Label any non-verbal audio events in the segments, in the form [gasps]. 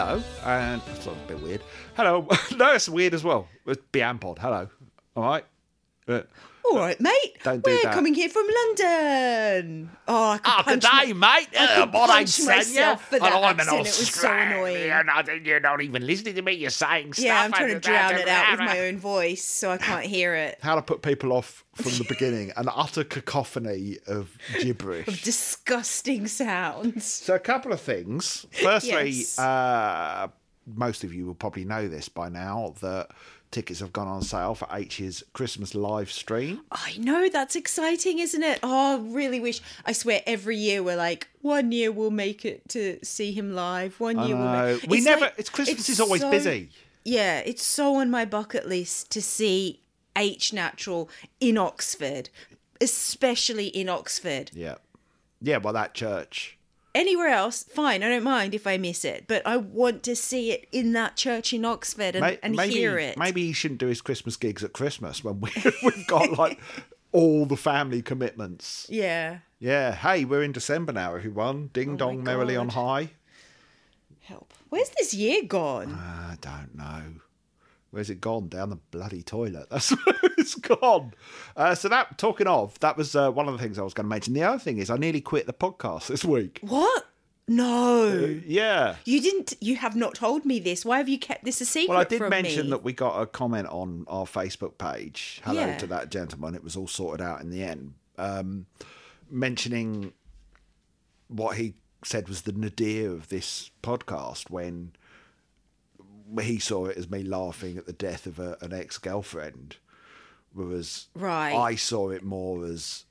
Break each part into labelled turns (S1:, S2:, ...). S1: and that's a bit weird.
S2: [laughs]
S1: Hello, no, it's weird as well. It's Biampod. Hello, all right. Uh,
S3: All right, mate.
S1: Don't do
S3: We're
S1: that.
S3: coming here from London. Oh, I could
S1: Ah,
S3: punch
S1: good day,
S3: my-
S1: mate.
S3: I
S1: Uh,
S3: could
S1: my
S3: punch
S1: name's Sonia,
S3: myself for
S1: and
S3: that
S1: I'm an
S3: accent. It was so annoying.
S1: Australian. I think you're not even listening to me. You're saying stuff.
S3: Yeah, I'm trying to
S1: and-
S3: drown it out with
S1: [laughs]
S3: my own voice, so I can't hear it.
S2: How to put people off from the beginning, an utter cacophony of gibberish.
S3: Disgusting sounds.
S2: So a couple of things. Firstly,
S3: Yes.
S2: uh, most of you will probably know this by now that tickets have gone on sale for H's Christmas live stream.
S3: I know that's exciting, isn't it? Oh, I really wish. I swear, every year we're like, one year we'll make it to see him live. One year we'll
S2: know.
S3: make
S2: We never-
S3: like-
S2: it's Christmas is always busy.
S3: Yeah, it's so on my bucket list to see H Natural in Oxford, especially in Oxford.
S2: Yeah, yeah. Well, that church.
S3: Anywhere else, fine. I don't mind if I miss it, but I want to see it in that church in Oxford and,
S2: May-
S3: and
S2: maybe,
S3: hear it.
S2: Maybe he shouldn't do his Christmas gigs at Christmas when we, [laughs] we've got like all the family commitments.
S3: Yeah.
S2: Yeah. Hey, we're in December now, everyone. Ding dong, merrily on
S3: Oh God.
S2: high.
S3: Help. Where's this year gone?
S2: I don't know. Where's it gone? Down the bloody toilet. [laughs] That's where it's gone. Uh, so that talking of, that was uh, one of the things I was going to mention. The other thing is, I nearly quit the podcast this week.
S3: What? No.
S2: uh, Yeah.
S3: You didn't. You have not told me this. Why have you kept this a secret?
S2: Well, I did
S3: from
S2: mention
S3: me?
S2: that we got a comment on our Facebook page. Hello
S3: Yeah.
S2: to that gentleman. It was all sorted out in the end. Um, mentioning what he said was the nadir of this podcast when he saw it as me laughing at the death of a, an ex girlfriend, whereas
S3: Right.
S2: I saw it more as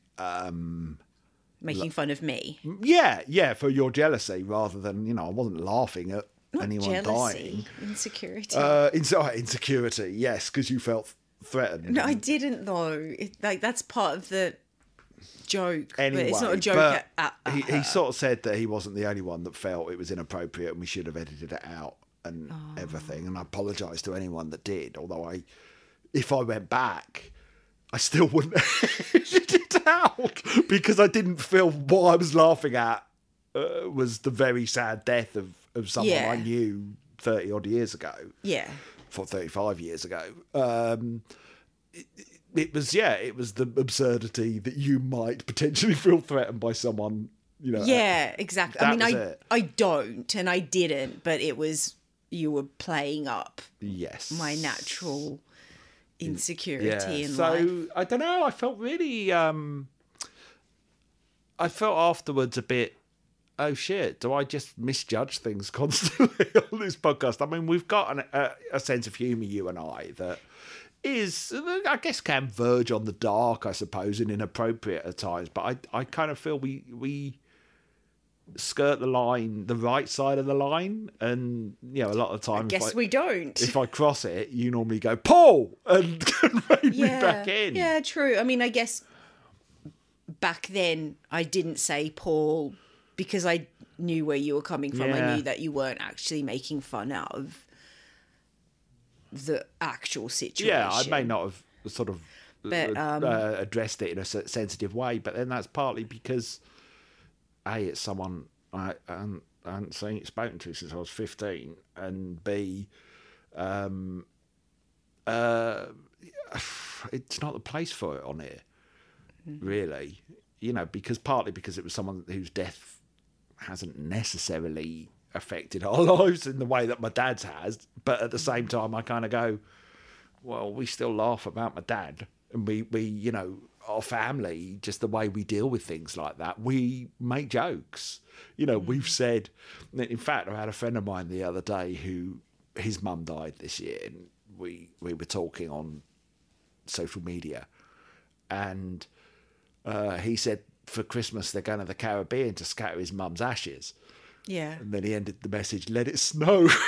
S3: making fun of me.
S2: yeah, yeah, for your jealousy rather than you know I wasn't laughing at anyone dying.
S3: Jealousy, insecurity.
S2: Uh, in, oh, insecurity, yes, because you felt threatened.
S3: no, I didn't though. It, like that's part of the joke.
S2: anyway,
S3: but it's not a joke.
S2: but
S3: at, at, at
S2: he,
S3: her.
S2: he sort of said that he wasn't the only one that felt it was inappropriate and we should have edited it out and
S3: Oh.
S2: everything. And I apologise to anyone that did, although I, if I went back, I still wouldn't [laughs] have edited it out because I didn't feel what I was laughing at uh, was the very sad death of, of someone I
S3: Yeah.
S2: knew 30 odd years ago.
S3: yeah.
S2: for 35 years ago. Um, it, it was, yeah, it was the absurdity that you might potentially feel threatened by someone, you know.
S3: Yeah. Exactly.
S2: uh, that
S3: I mean, I
S2: was it.
S3: I don't, and I didn't, but it was you were playing up
S2: Yes.
S3: my natural insecurity
S2: yeah.
S3: in
S2: so
S3: life.
S2: I don't know. I felt really, um, I felt afterwards a bit, oh shit, do I just misjudge things [laughs] constantly on this podcast? I mean, we've got an, a, a sense of humour, you and I, that is, I guess, can verge on the dark, I suppose, and inappropriate at times. But I, I kind of feel we, we skirt the line, the right side of the line, and you know, a lot of times,
S3: Guess
S2: like-
S3: we don't.
S2: if I cross it, you normally go Paul and [laughs] rein me back in.
S3: Yeah, true. I mean, I guess back then I didn't say Paul because I knew where you were coming from. I
S2: Yeah.
S3: knew that you weren't actually making fun of the actual situation.
S2: Yeah, I may not have sort of
S3: But,
S2: uh,
S3: um,
S2: uh, addressed it in a s- sensitive way, but then that's partly because a it's someone I um, I hadn't seen spoken to since I was fifteen, and b um, uh, [sighs] it's not the place for it on here,
S3: Mm-hmm.
S2: really. You know, because partly because it was someone whose death hasn't necessarily affected [laughs] our lives in the way that my dad's has, but at the
S3: Mm-hmm.
S2: same time, I kind of go well, we still laugh about my dad, and we we you know our family just the way we deal with things like that. We make jokes. You know, we've said. In fact, I had a friend of mine the other day who his mum died this year, and we we were talking on social media, and uh, he said for Christmas they're going to the Caribbean to scatter his mum's ashes.
S3: Yeah.
S2: And then he ended the message, let it snow. [laughs]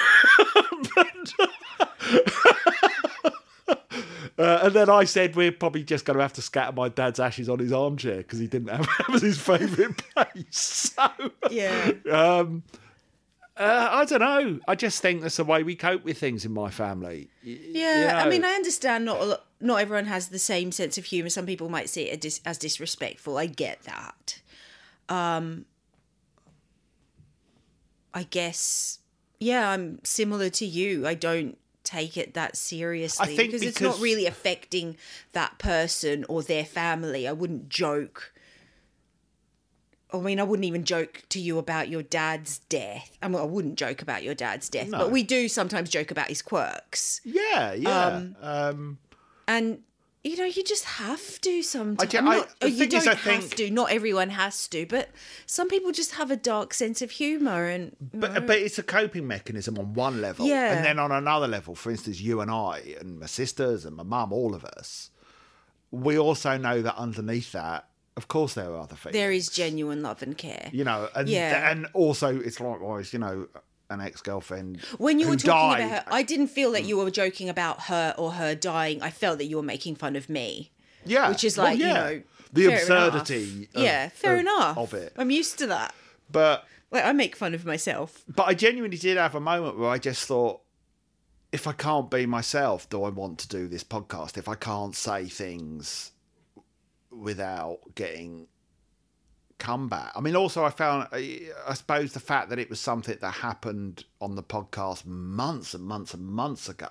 S2: Uh, and then I said, we're probably just going to have to scatter my dad's ashes on his armchair because he didn't have [laughs] it was his favourite place. [laughs] So
S3: Yeah.
S2: uh, I don't know. I just think that's the way we cope with things in my family.
S3: Yeah, I
S2: know.
S3: mean, I understand not a lot, not everyone has the same sense of humor. Some people might see it as, dis- as disrespectful. I get that. Um, I guess yeah, I'm similar to you. I don't take it that seriously
S2: think
S3: because it's not
S2: because-
S3: really affecting that person or their family. I wouldn't joke. I mean, I wouldn't even joke to you about your dad's death. I mean, I wouldn't joke about your dad's death, but we do sometimes joke about his quirks.
S2: Yeah, yeah. um,
S3: And you know, you just have to sometimes.
S2: ju-
S3: I'm
S2: I-
S3: not-
S2: the
S3: you
S2: thing
S3: don't
S2: is, I
S3: have
S2: think-
S3: to. Not everyone has to, but some people just have a dark sense of humor, and
S2: But but it's a coping mechanism on one level,
S3: Yeah.
S2: and then on another level. For instance, you and I, and my sisters, and my mum, all of us, we also know that underneath that, of course, there are other things.
S3: there is genuine love and care.
S2: you know, and
S3: Yeah.
S2: and also it's likewise, you know, an ex girlfriend
S3: When you
S2: who
S3: were talking
S2: died. Mm.
S3: about her, I didn't feel that you were joking about her or her dying. I felt that you were making fun of me.
S2: yeah,
S3: Which is
S2: well,
S3: like,
S2: yeah.
S3: you know,
S2: the
S3: fair
S2: absurdity.
S3: enough.
S2: Of,
S3: yeah, fair
S2: of-
S3: enough.
S2: of it,
S3: I'm used to that.
S2: but
S3: Like I make fun of myself.
S2: but I genuinely did have a moment where I just thought, if I can't be myself, do I want to do this podcast? If I can't say things without getting comeback. I mean, also I found, I I suppose, the fact that it was something that happened on the podcast months and months and months ago,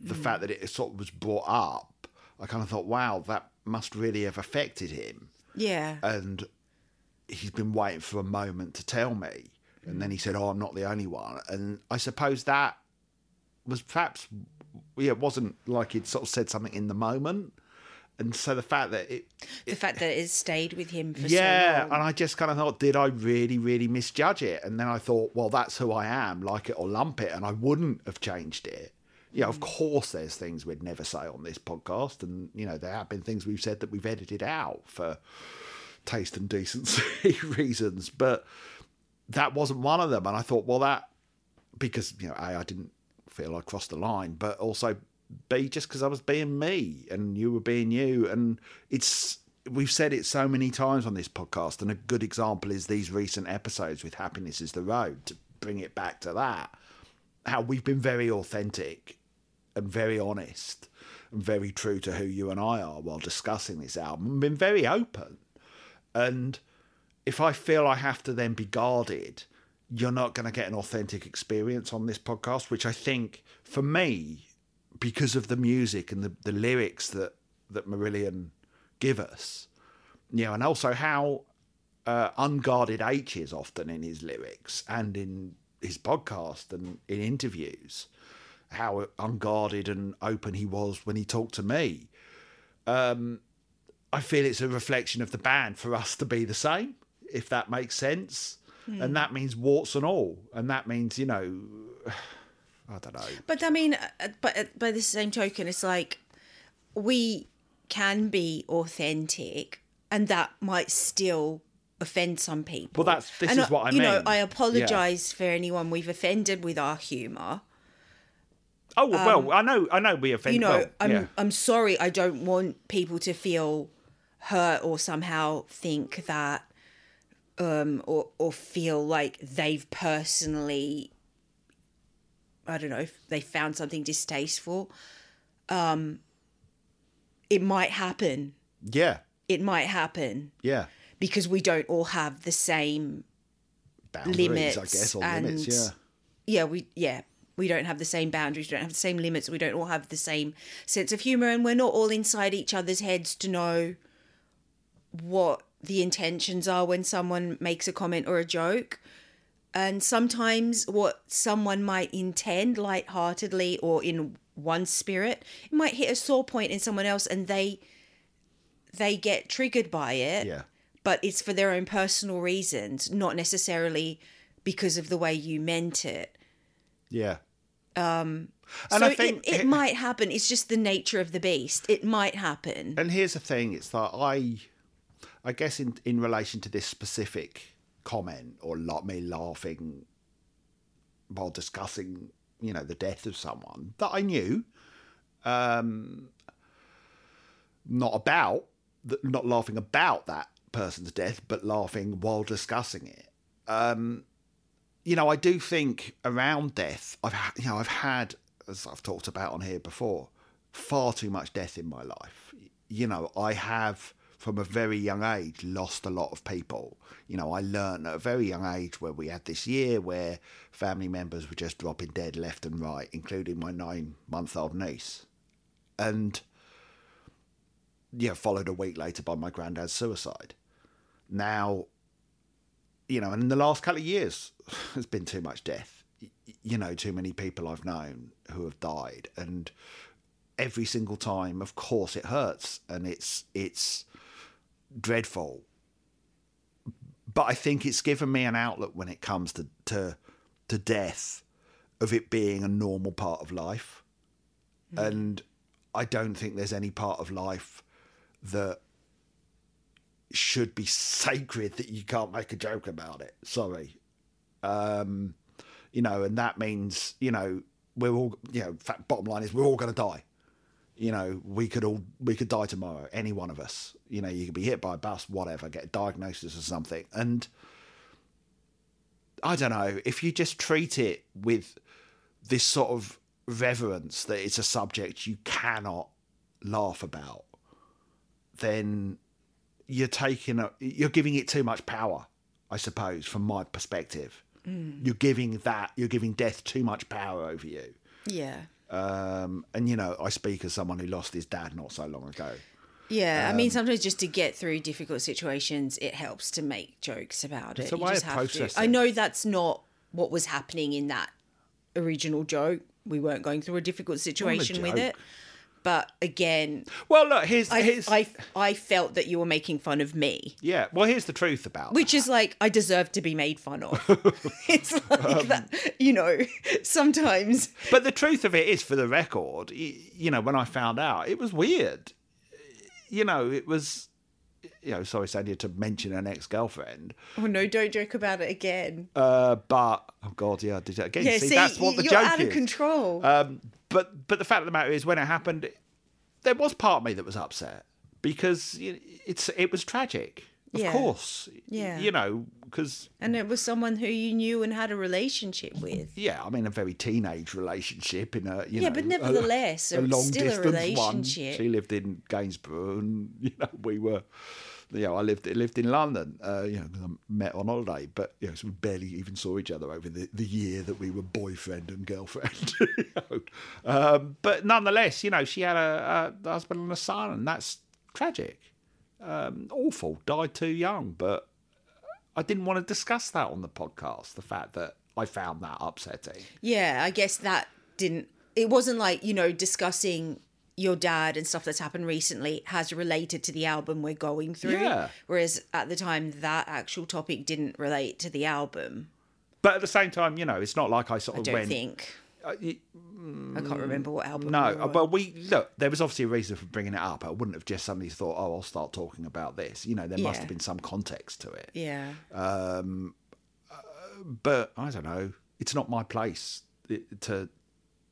S2: the fact that it sort of was brought up, I kind of thought, wow, that must really have affected him
S3: Yeah.
S2: and he's been waiting for a moment to tell me. And then he said, "Oh, I'm not the only one." And I suppose that was perhaps, yeah, it wasn't like he'd sort of said something in the moment. And so the fact that it,
S3: the fact that it stayed with him for
S2: yeah,
S3: so long.
S2: and I just kind of thought, did I really, really misjudge it? And then I thought, well, that's who I am, like it or lump it, and I wouldn't have changed it. Yeah, of
S3: Mm.
S2: course, there's things we'd never say on this podcast, and you know there have been things we've said that we've edited out for taste and decency [laughs] reasons, but that wasn't one of them. And I thought, well, that because you know, a I didn't feel I crossed the line, but also b just because I was being me and you were being you, and it's we've said it so many times on this podcast, and a good example is these recent episodes with happiness is the road to bring it back to that how we've been very authentic and very honest and very true to who you and I are while discussing this album and been very open and if I feel I have to then be guarded, you're not going to get an authentic experience on this podcast, which I think for me, because of the music and the, the lyrics that, that Marillion give us, you know, and also how uh, unguarded H is often in his lyrics and in his podcast and in interviews, how unguarded and open he was when he talked to me. I feel it's a reflection of the band for us to be the same, if that makes sense. And that means warts and all. And that means, you know, [sighs] I don't know.
S3: But I mean, uh, but uh, by the same token, it's like we can be authentic, and that might still offend some people.
S2: Well, that's- this
S3: and
S2: is what I
S3: You know,
S2: mean.
S3: I
S2: Yeah.
S3: apologize for anyone we've offended with our humor.
S2: Oh well, well, I know, I know we offend.
S3: Um, You know,
S2: well,
S3: I'm
S2: yeah.
S3: I'm sorry. I don't want people to feel hurt or somehow think that, um, or or feel like they've personally. I don't know if they found something distasteful. Um, it might happen.
S2: yeah,
S3: It might happen
S2: yeah.
S3: because we don't all have the same
S2: Boundaries,
S3: limits
S2: I guess, or
S3: and
S2: limits. Yeah,
S3: yeah, we yeah we don't have the same boundaries, we don't have the same limits, we don't all have the same sense of humor, and we're not all inside each other's heads to know what the intentions are when someone makes a comment or a joke. And sometimes what someone might intend lightheartedly or in one spirit, it might hit a sore point in someone else and they they get triggered by it
S2: yeah.
S3: but it's for their own personal reasons, not necessarily because of the way you meant it.
S2: Yeah. Um,
S3: so it, it might happen. It's just the nature of the beast. It might happen.
S2: and here's the thing it's that i i guess in in relation to this specific comment or lot me laughing while discussing you know the death of someone that i knew um not about th- not laughing about that person's death but laughing while discussing it you know, I do think around death, I've ha- you know, I've had as I've talked about on here before, far too much death in my life. You know, I have from a very young age lost a lot of people. You know, I learned at a very young age where we had this year where family members were just dropping dead left and right, including my nine month old niece. And yeah, followed a week later by my granddad's suicide. Now, you know, and in the last couple of years, [sighs] there's been too much death. Y- You know, too many people I've known who have died, and every single time, of course, it hurts and it's it's dreadful. But I think it's given me an outlook when it comes to to, to death, of it being a normal part of life and I don't think there's any part of life that should be sacred that you can't make a joke about it. Sorry, um, you know, and that means you know we're all you know. Fact, bottom line is we're all going to die. You know, we could all we could die tomorrow. Any one of us. You know, you could be hit by a bus, whatever, get a diagnosis or something, and I don't know if you just treat it with this sort of reverence that it's a subject you cannot laugh about, then you're taking a, you're giving it too much power, I suppose, from my perspective.
S3: Mm.
S2: You're giving that you're giving death too much power over you.
S3: Yeah.
S2: Um, and you know, I speak as someone who lost his dad not so long ago.
S3: Yeah,
S2: Um,
S3: I mean, sometimes just to get through difficult situations, it helps to make jokes about it.
S2: a way
S3: just
S2: of
S3: have to.
S2: processing.
S3: I know that's not what was happening in that original joke. We weren't going through a difficult situation with it.
S2: joke.
S3: But again,
S2: Well, look, here's
S3: I,
S2: here's
S3: I, I felt that you were making fun of me,
S2: yeah. Well, here's the truth about
S3: which is like, I deserve to be made
S2: [laughs]
S3: fun of. it's like that, you know, sometimes.
S2: But the truth of it is, for the record, y- you know, when I found out, it was weird. You know, it was, you know, sorry, Sandy, to mention an ex girlfriend,
S3: Oh, no, don't joke about it again.
S2: uh, but oh god, yeah, I did that again.
S3: yeah,
S2: see,
S3: see,
S2: that's what the
S3: you're
S2: joke
S3: out
S2: is.
S3: of control.
S2: Um, but but the fact of the matter is, when it happened, there was part of me that was upset because y- it's it was tragic, of
S3: Yeah.
S2: course.
S3: Yeah.
S2: you know, because
S3: and it was someone who you knew and had a relationship with.
S2: yeah, I mean, a very teenage relationship in a you
S3: Yeah,
S2: know,
S3: but
S2: a-
S3: nevertheless,
S2: a,
S3: it's
S2: long
S3: still a
S2: distance
S3: relationship.
S2: one. She lived in Gainsborough, and [laughs] you know we were, you know, I lived lived in London. Uh, you know, 'cause I met on holiday, but you know, so we barely even saw each other over the, the year that we were boyfriend and girlfriend. [laughs] you know. um, but nonetheless, you know, she had a, a husband and a son, and that's tragic, um, awful. Died too young, but I didn't want to discuss that on the podcast. The fact that I found that upsetting.
S3: Yeah, I guess that didn't. It wasn't like you know discussing your dad and stuff that's happened recently has related to the album we're going through.
S2: Yeah.
S3: Whereas at the time, that actual topic didn't relate to the album.
S2: But at the same time, you know, it's not like I sort
S3: I
S2: of
S3: don't
S2: went.
S3: think.
S2: Uh, y-
S3: I can't remember what album.
S2: no,
S3: we
S2: uh,
S3: were on.
S2: but we look. There was obviously a reason for bringing it up. I wouldn't have just suddenly thought, "Oh, I'll start talking about this." You know, there must
S3: Yeah.
S2: have been some context to it.
S3: Yeah.
S2: But I don't know. It's not my place i- to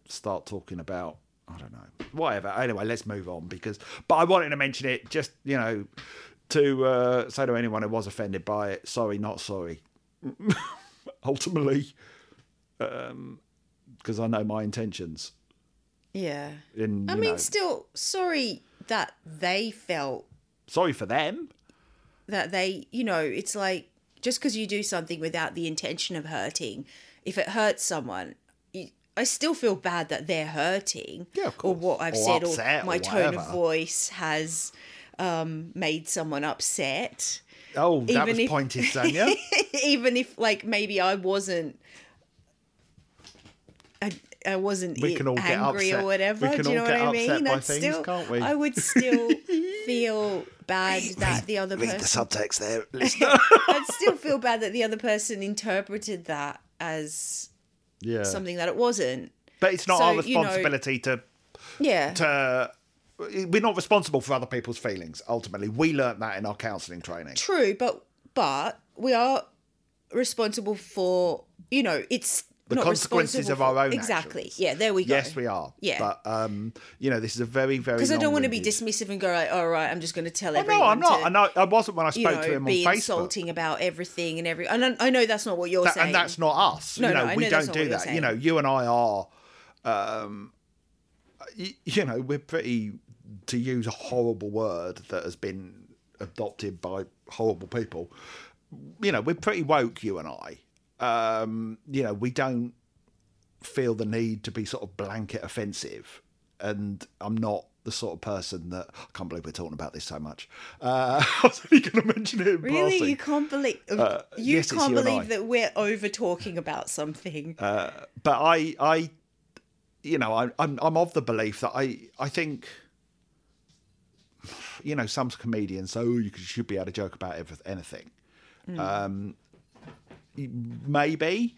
S2: start talking about. I don't know. Whatever. Anyway, let's move on because. But I wanted to mention it just you know to uh, say to anyone who was offended by it, sorry, not sorry. [laughs] Ultimately, because I know my intentions.
S3: Yeah.
S2: And
S3: I
S2: you
S3: mean,
S2: know,
S3: still sorry that they felt
S2: sorry for them.
S3: that they, you know, it's like just because you do something without the intention of hurting, if it hurts someone, you, I still feel bad that they're hurting.
S2: Yeah, of
S3: Or what
S2: course.
S3: I've
S2: Or
S3: said,
S2: upset
S3: or
S2: or
S3: my tone of
S2: whatever.
S3: voice has um, made someone upset. [laughs]
S2: Oh, that
S3: Even
S2: was
S3: if- [laughs]
S2: pointed, Sonia.
S3: Even if, like, maybe I wasn't. I, I wasn't
S2: We can all get
S3: angry
S2: upset.
S3: or whatever.
S2: We can
S3: do you know
S2: all
S3: what
S2: get
S3: I mean?
S2: upset by
S3: I'd
S2: things,
S3: still,
S2: can't we?
S3: I would still
S2: [laughs]
S3: feel bad that the other person
S2: subtext there.
S3: I'd still feel bad that the other person interpreted that as
S2: yeah.
S3: something that it wasn't.
S2: but it's not
S3: So,
S2: our
S3: you know-
S2: responsibility
S3: Yeah.
S2: to, to. We're not responsible for other people's feelings, ultimately. We learnt that in our counselling training.
S3: True, but but we are responsible for you know it's
S2: The
S3: not
S2: consequences
S3: responsible
S2: of our
S3: for-
S2: own
S3: Exactly.
S2: actions.
S3: Yeah. There we go.
S2: Yes, we are.
S3: Yeah.
S2: But, um, you know, this is a very, very.
S3: Because I don't want to be
S2: long-winded-
S3: dismissive and go like, all right, I'm just going to tell
S2: Oh,
S3: everyone.
S2: no, I'm not.
S3: to,
S2: I, know, I wasn't when I
S3: You
S2: spoke
S3: know,
S2: to him on
S3: be
S2: Facebook.
S3: insulting about everything and every. And I, I know that's not what you're
S2: That-
S3: saying.
S2: and that's not us.
S3: No,
S2: you
S3: no,
S2: know,
S3: I
S2: we
S3: know that's
S2: don't
S3: not
S2: do
S3: what you're
S2: that. You know,
S3: saying.
S2: you and I are, um, y- you know, we're pretty, to use a horrible word that has been adopted by horrible people. You know, we're pretty woke, you and I. Um, you know, we don't feel the need to be sort of blanket offensive. And I'm not the sort of person that I can't believe we're talking about this so much. Uh, [laughs] I was only going to mention it in
S3: Really,
S2: passing.
S3: you can't believe you
S2: Uh, yes, it's
S3: can't
S2: you and I. Uh,
S3: believe that we're over talking about something.
S2: but I, I, you know, I, I'm, I'm of the belief that I, I think, you know, some comedians say, oh, you should be able to joke about everyth- anything. Um, maybe,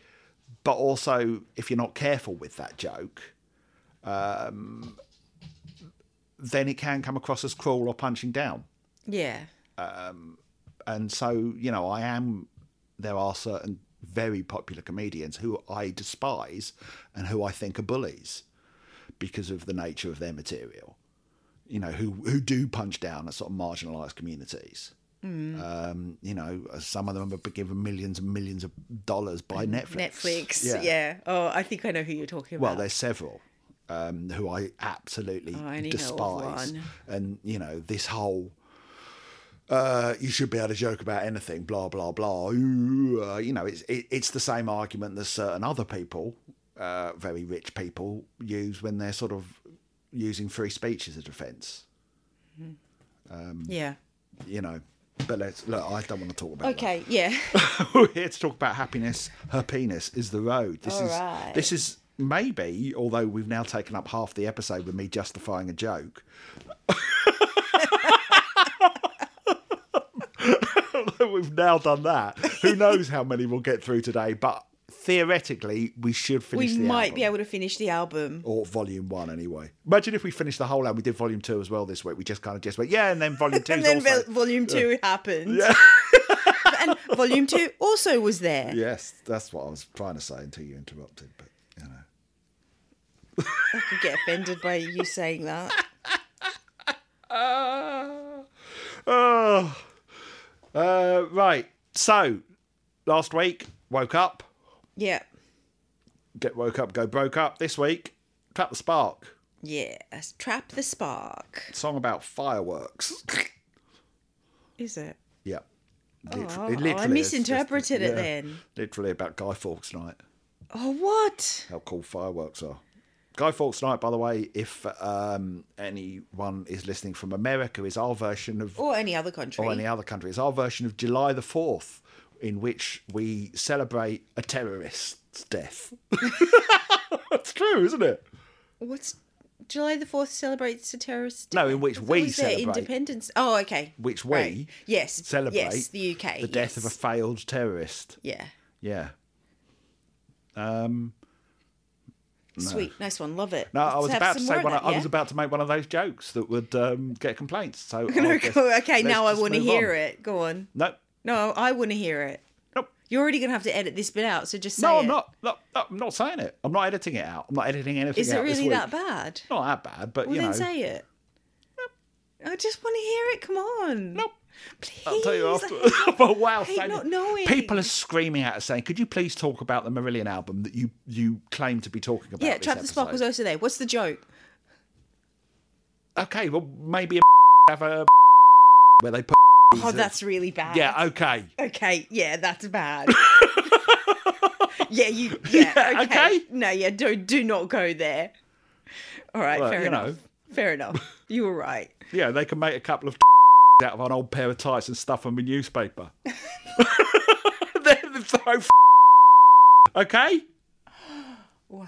S2: but also if you're not careful with that joke, um, then it can come across as cruel or punching down
S3: yeah,
S2: and so you know i am there are certain very popular comedians who i despise and who i think are bullies because of the nature of their material you know who who do punch down at sort of marginalized communities um, you know some of them have been given millions and millions of dollars by netflix
S3: Netflix. Yeah. Oh, I think I know who you're talking
S2: well,
S3: about.
S2: there's several um, who I absolutely
S3: Oh, I only know of
S2: despise.
S3: one.
S2: And, you know, this whole. Uh, you should be able to joke about anything, blah blah blah. Ooh, uh, you know, it's it, it's the same argument that certain other people, uh, very rich people, use when they're sort of using free speech as a defence.
S3: yeah.
S2: You know, but let's look. I don't want to talk about. that.
S3: Okay. Yeah. [laughs]
S2: [laughs] We're here to talk about happiness. Her penis is the road. This
S3: All
S2: is
S3: right.
S2: this is maybe, although we've now taken up half the episode with me justifying a joke. [laughs] Although we've now done that. Who knows how many we'll get through today? But theoretically, we should finish.
S3: we
S2: the
S3: might
S2: album.
S3: be able to finish the album.
S2: Or volume one, anyway. Imagine if we finished the whole album. We did volume two as well this week. We just kind of just went, yeah, and then volume two.
S3: [laughs] And then
S2: also...
S3: vol- volume two happened. [laughs] and volume two also was there.
S2: Yes, that's what I was trying to say until you interrupted. But you know.
S3: I could get offended by you saying that.
S2: Oh. Uh, right. So, last week, woke up,
S3: Yeah.
S2: get woke up, go broke up. This week, Trap the Spark,
S3: Yeah. Trap the spark.
S2: song about fireworks. [laughs]
S3: Is it?
S2: yeah.
S3: Oh,
S2: Literally-
S3: I
S2: literally, it's just-
S3: misinterpreted it
S2: yeah,
S3: then.
S2: Literally about Guy Fawkes Night,
S3: Oh, what?
S2: how cool fireworks are. Guy Fawkes Night, by the way, if um, anyone is listening from America, is our version of
S3: Or any other country.
S2: or any other country. It's our version of July the 4th, in which we celebrate a terrorist's death. [laughs] That's true, isn't it?
S3: What's July the Fourth celebrates the terrorist?
S2: No, in which
S3: That
S2: we
S3: was their
S2: celebrate.
S3: independence. Oh, okay.
S2: Which we
S3: Right. yes
S2: Celebrate
S3: yes the UK
S2: the death of a
S3: yes.
S2: failed terrorist.
S3: yeah
S2: Yeah.
S3: sweet nice one love it.
S2: No, I
S3: Let's
S2: was
S3: have
S2: about to
S3: some
S2: say
S3: more of
S2: one.
S3: that,
S2: I
S3: yeah?
S2: was about to make one of those jokes that would um, get complaints. So
S3: [laughs] No, go- okay, now I want to hear it. Go on.
S2: No,
S3: No, I want to hear it.
S2: Nope.
S3: You're already gonna have to edit this bit out, so just say
S2: no, I'm
S3: it.
S2: not. No, no, I'm not saying it. I'm not editing it out. I'm not editing anything
S3: Is
S2: out
S3: it
S2: this
S3: really
S2: week.
S3: that bad?
S2: Not that bad, but
S3: Well,
S2: you
S3: then
S2: know.
S3: say it. I just want to hear it. Come on.
S2: Nope.
S3: Please.
S2: I'll tell you
S3: [laughs]
S2: after.
S3: I
S2: [laughs]
S3: hate-
S2: but wow,
S3: hate
S2: Sonia,
S3: not knowing.
S2: People are screaming at us saying, "Could you please talk about the Marillion album that you you claim to be talking about?"
S3: Yeah,
S2: this
S3: Trap the Spark was
S2: episode?"
S3: also there. What's the joke?
S2: okay. Well, maybe a [laughs] have a where they put. [laughs]
S3: Oh, that's really bad.
S2: Yeah. Okay.
S3: Okay, yeah, that's
S2: [laughs]
S3: bad. yeah, you. Yeah,
S2: Yeah,
S3: okay.
S2: okay.
S3: No, yeah, don't do not go there. All right,
S2: Well,
S3: fair
S2: you
S3: enough.
S2: know. [laughs]
S3: Fair enough. You were right.
S2: Yeah, they can make a couple of [laughs] out of an old pair of tights and stuff them in newspaper. [laughs] They're so [laughs] okay.
S3: Wow.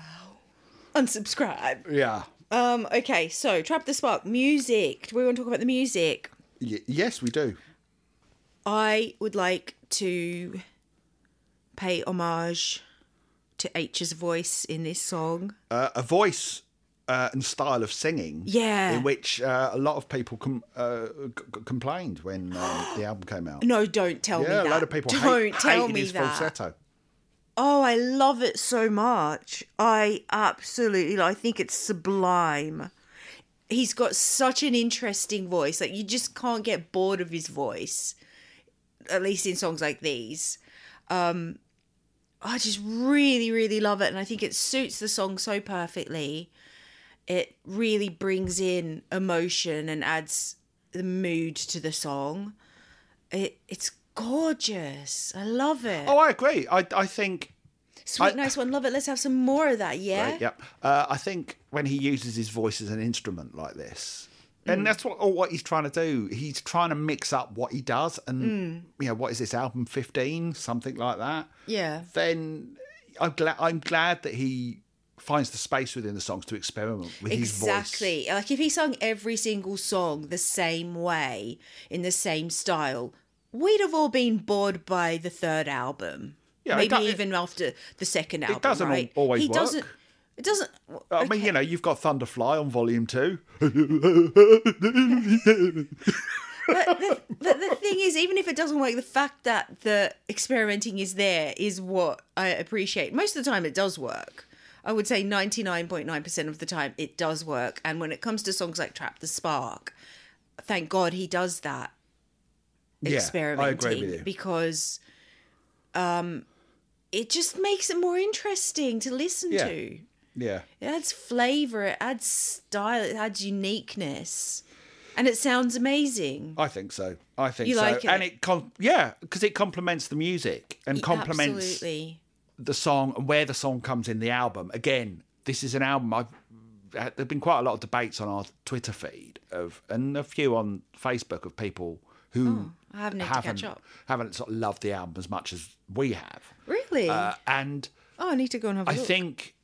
S3: Unsubscribe.
S2: Yeah.
S3: Um. Okay. So, trap the spark. Music. Do we want to talk about the music?
S2: Y- yes, we do.
S3: I would like to pay homage to H's voice in this song.
S2: uh, a voice uh, and style of singing,
S3: Yeah.
S2: in which uh, a lot of people com- uh, c- c- complained when uh, the album came out.
S3: No, don't tell me
S2: yeah,
S3: that.
S2: a lot of people
S3: don't
S2: hate,
S3: tell
S2: hated
S3: me
S2: his
S3: that.
S2: falsetto.
S3: Oh, I love it so much. I absolutely I think it's sublime. He's got such an interesting voice. Like you just can't get bored of his voice. At least in songs like these. Um I just really really love it and I think it suits the song so perfectly. It really brings in emotion and adds the mood to the song. Um It, it's gorgeous. I love it.
S2: Oh, I agree. I I think
S3: Sweet,
S2: I-
S3: nice one. Love it. Let's have some more of that. Yeah.
S2: Right, yep. Uh, I think when he uses his voice as an instrument like this,
S3: Mm.
S2: and that's what all what he's trying to do. He's trying to mix up what he does, and
S3: Mm.
S2: you know what is this album fifteen, something like that.
S3: Yeah.
S2: Then I'm glad. I'm glad that he finds the space within the songs to experiment with his voice.
S3: Exactly. Like if he sung every single song the same way in the same style, we'd have all been bored by the third album.
S2: Yeah, it
S3: maybe
S2: do-
S3: even after the second album.
S2: doesn't al-
S3: right?
S2: always
S3: He
S2: work.
S3: doesn't. It doesn't. well,
S2: I mean, you know, you've got Thunderfly on volume two. [laughs]
S3: but, the, but the thing is, even if it doesn't work, the fact that the experimenting is there is what I appreciate. Most of the time, it does work. I would say 99.9% of the time, it does work. And when it comes to songs like Trap the Spark, thank God he does that
S2: Yeah,
S3: experimenting
S2: I agree with you.
S3: because um, it just makes it more interesting to listen
S2: Yeah.
S3: to.
S2: yeah.
S3: It adds flavor, it adds style, it adds uniqueness. And it sounds amazing.
S2: I think so. I think
S3: You
S2: so.
S3: like it?
S2: And it, com- yeah, because it complements the music and complements
S3: Absolutely.
S2: the song and where the song comes in the album. Again, this is an album I've uh, there've been quite a lot of debates on our Twitter feed of and a few on Facebook of people who
S3: Oh, I haven't had to catch
S2: haven't
S3: up.
S2: haven't sort of loved the album as much as we have.
S3: Really?
S2: Uh, and
S3: oh, I need to go and have a
S2: I
S3: look.
S2: think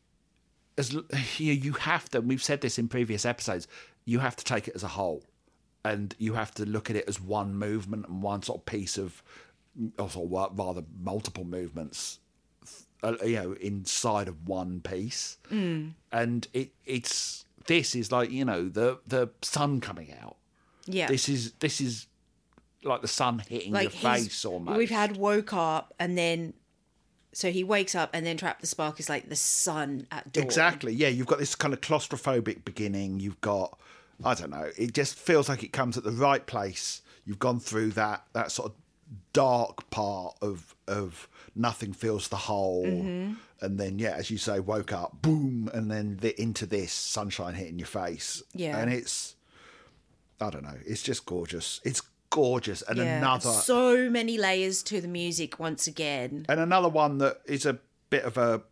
S2: as l- you you have to and we've said this in previous episodes, you have to take it as a whole. And you have to look at it as one movement and one sort of piece of, or sort of wa- rather multiple movements, uh, you know, inside of one piece.
S3: Hmm.
S2: And it it's this is like you know the the sun coming out.
S3: yeah.
S2: This is this is like the sun hitting
S3: like
S2: your
S3: he's-
S2: face almost.
S3: We've had woke up and then so he wakes up and then Trap the Spark is like the sun at dawn.
S2: Exactly. Yeah, you've got this kind of claustrophobic beginning. You've got, I don't know. It just feels like it comes at the right place. You've gone through that that sort of dark part of of nothing feels the whole,
S3: Mm-hmm.
S2: and then yeah, as you say, woke up, boom, and then the, into this sunshine hitting your face.
S3: Yeah.
S2: and it's, I don't know. It's just gorgeous. It's gorgeous, and
S3: Yeah.
S2: another
S3: So many layers to the music once again.
S2: and another one that is a bit of a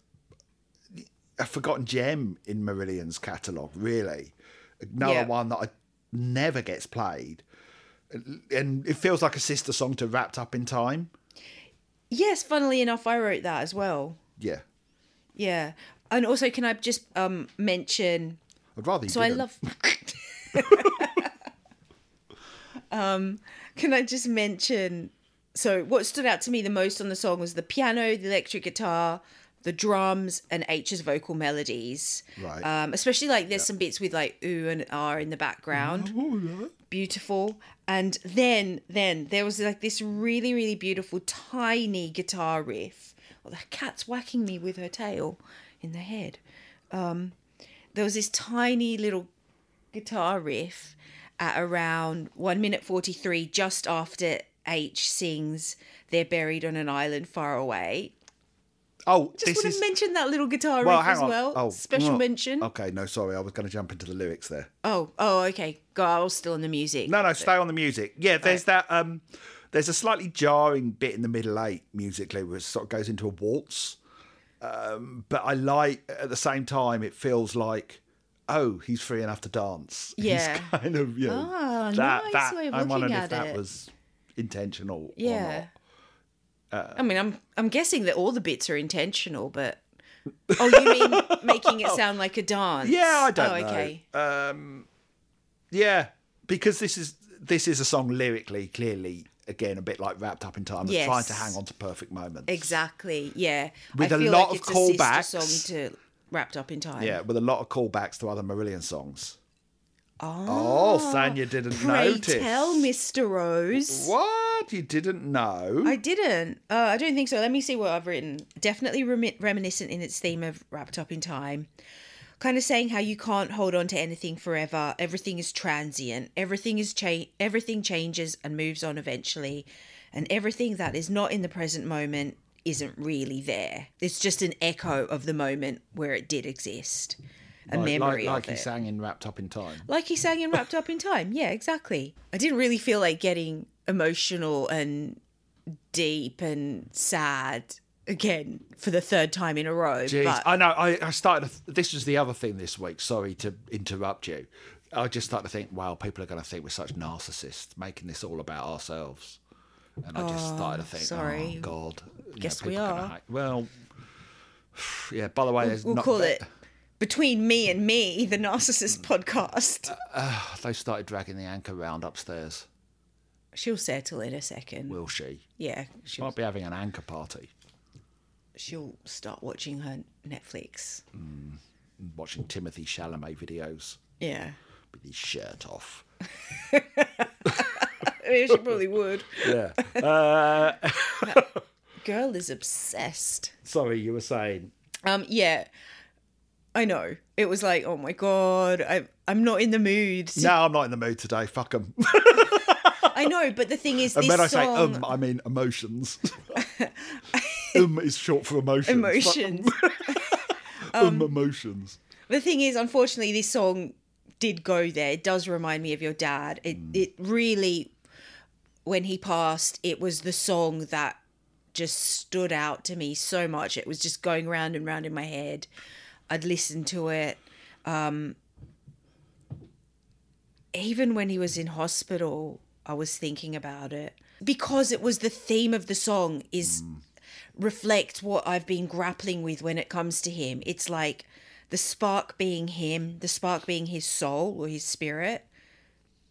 S2: a forgotten gem in Meridian's catalogue, really. Another
S3: Yeah.
S2: one that I never gets played. And it feels like a sister song to Wrapped Up in Time.
S3: Yes, funnily enough, I wrote that as well.
S2: Yeah.
S3: Yeah. And also, can I just um mention
S2: I'd rather you
S3: So I
S2: didn't.
S3: love. [laughs] um, can I just mention? So what stood out to me the most on the song was the piano, the electric guitar, the drums, and H's vocal melodies.
S2: Right.
S3: Um, especially like there's some bits with like ooh and ah in the background.
S2: Oh,
S3: Beautiful. And then then there was like this really really beautiful tiny guitar riff. Oh, the cat's whacking me with her tail in the head Um, there was this tiny little guitar riff at around 1 minute 43 just after h sings they're buried on an island far away
S2: Oh,
S3: just
S2: this
S3: want
S2: is
S3: to mention that little guitar
S2: well,
S3: riff
S2: hang
S3: as
S2: on.
S3: well
S2: Oh,
S3: special
S2: well,
S3: mention
S2: Okay, no, sorry, I was going to jump into the lyrics there.
S3: oh oh okay god i was still in the music
S2: No, no, stay on the music. Yeah, there's that. Um, there's a slightly jarring bit in the middle eight musically, which sort of goes into a waltz. Um, but I like at the same time, it feels like, oh, he's free enough to dance. [laughs]
S3: Yeah.
S2: he's kind of you know,
S3: Ah,
S2: that.
S3: nice
S2: that
S3: way of
S2: I wondered
S3: looking
S2: if
S3: at
S2: that
S3: it.
S2: was intentional. or
S3: yeah
S2: not. Uh,
S3: i mean i'm i'm guessing that all the bits are intentional but oh you
S2: [laughs]
S3: mean making it sound like a dance
S2: yeah, I don't
S3: oh,
S2: know.
S3: okay
S2: Yeah, because this is this is a song lyrically clearly again a bit like wrapped up in time, and
S3: Yes.
S2: trying to hang on to perfect moments.
S3: Exactly. Yeah.
S2: With
S3: I
S2: a
S3: feel
S2: lot
S3: like
S2: of
S3: it's a sister
S2: callbacks.
S3: song to wrapped up in time.
S2: Yeah, with a lot of callbacks to other Marillion songs.
S3: Oh,
S2: Oh, Sanya didn't
S3: pray
S2: notice.
S3: tell, Mr. Rose.
S2: What? You didn't know?
S3: I didn't. Uh, I don't think so. Let me see what I've written. Definitely remi- reminiscent in its theme of wrapped up in time. Kind of saying how you can't hold on to anything forever. Everything is transient. Everything is cha- everything changes and moves on eventually, and everything that is not in the present moment isn't really there. It's just an echo of the moment where it did exist, a
S2: like,
S3: memory
S2: like, like
S3: of
S2: he
S3: it
S2: sang in Wrapped Up in Time.
S3: like he sang in Wrapped Up in Time. Yeah, exactly. I didn't really feel like getting emotional and deep and sad again for the third time in a row.
S2: Jeez,
S3: but
S2: I know. I, I started. To th- this was the other thing this week. Sorry to interrupt you. I just started to think, wow, people are going to think we're such narcissists, making this all about ourselves. And I just started to think,
S3: sorry.
S2: oh God, you
S3: Guess we
S2: people gonna
S3: are.
S2: hate- Well, [sighs] yeah. By the way, there's
S3: we'll
S2: not
S3: call
S2: that-
S3: it Between Me and Me, the Narcissist podcast.
S2: [sighs] They started dragging the anchor round upstairs.
S3: She'll settle in a second.
S2: Will she?
S3: Yeah, she'll,
S2: Might be having an anchor party,
S3: she'll start watching her Netflix.
S2: watching Timothy Chalamet videos
S3: Yeah.
S2: with his shirt off.
S3: I mean, she probably would.
S2: Yeah.
S3: Girl is obsessed.
S2: [laughs] Sorry, you were saying.
S3: Um, yeah, I know. It was like, oh my god, I, I'm not in the mood. to-
S2: [laughs] No, I'm not in the mood today. Fuck 'em.
S3: I know, but the thing is,
S2: And
S3: this
S2: when I say
S3: song
S2: um, I mean emotions. um is short for emotions. [laughs]
S3: emotions.
S2: Fuck, um, emotions.
S3: the thing is, unfortunately, this song did go there. It does remind me of your dad. It
S2: Mm.
S3: it really, when he passed, it was the song that just stood out to me so much. It was just going round and round in my head. I'd listen to it. Um, even when he was in hospital, I was thinking about it because it was the theme of the song is reflect what I've been grappling with when it comes to him. It's like the spark being him, the spark being his soul or his spirit.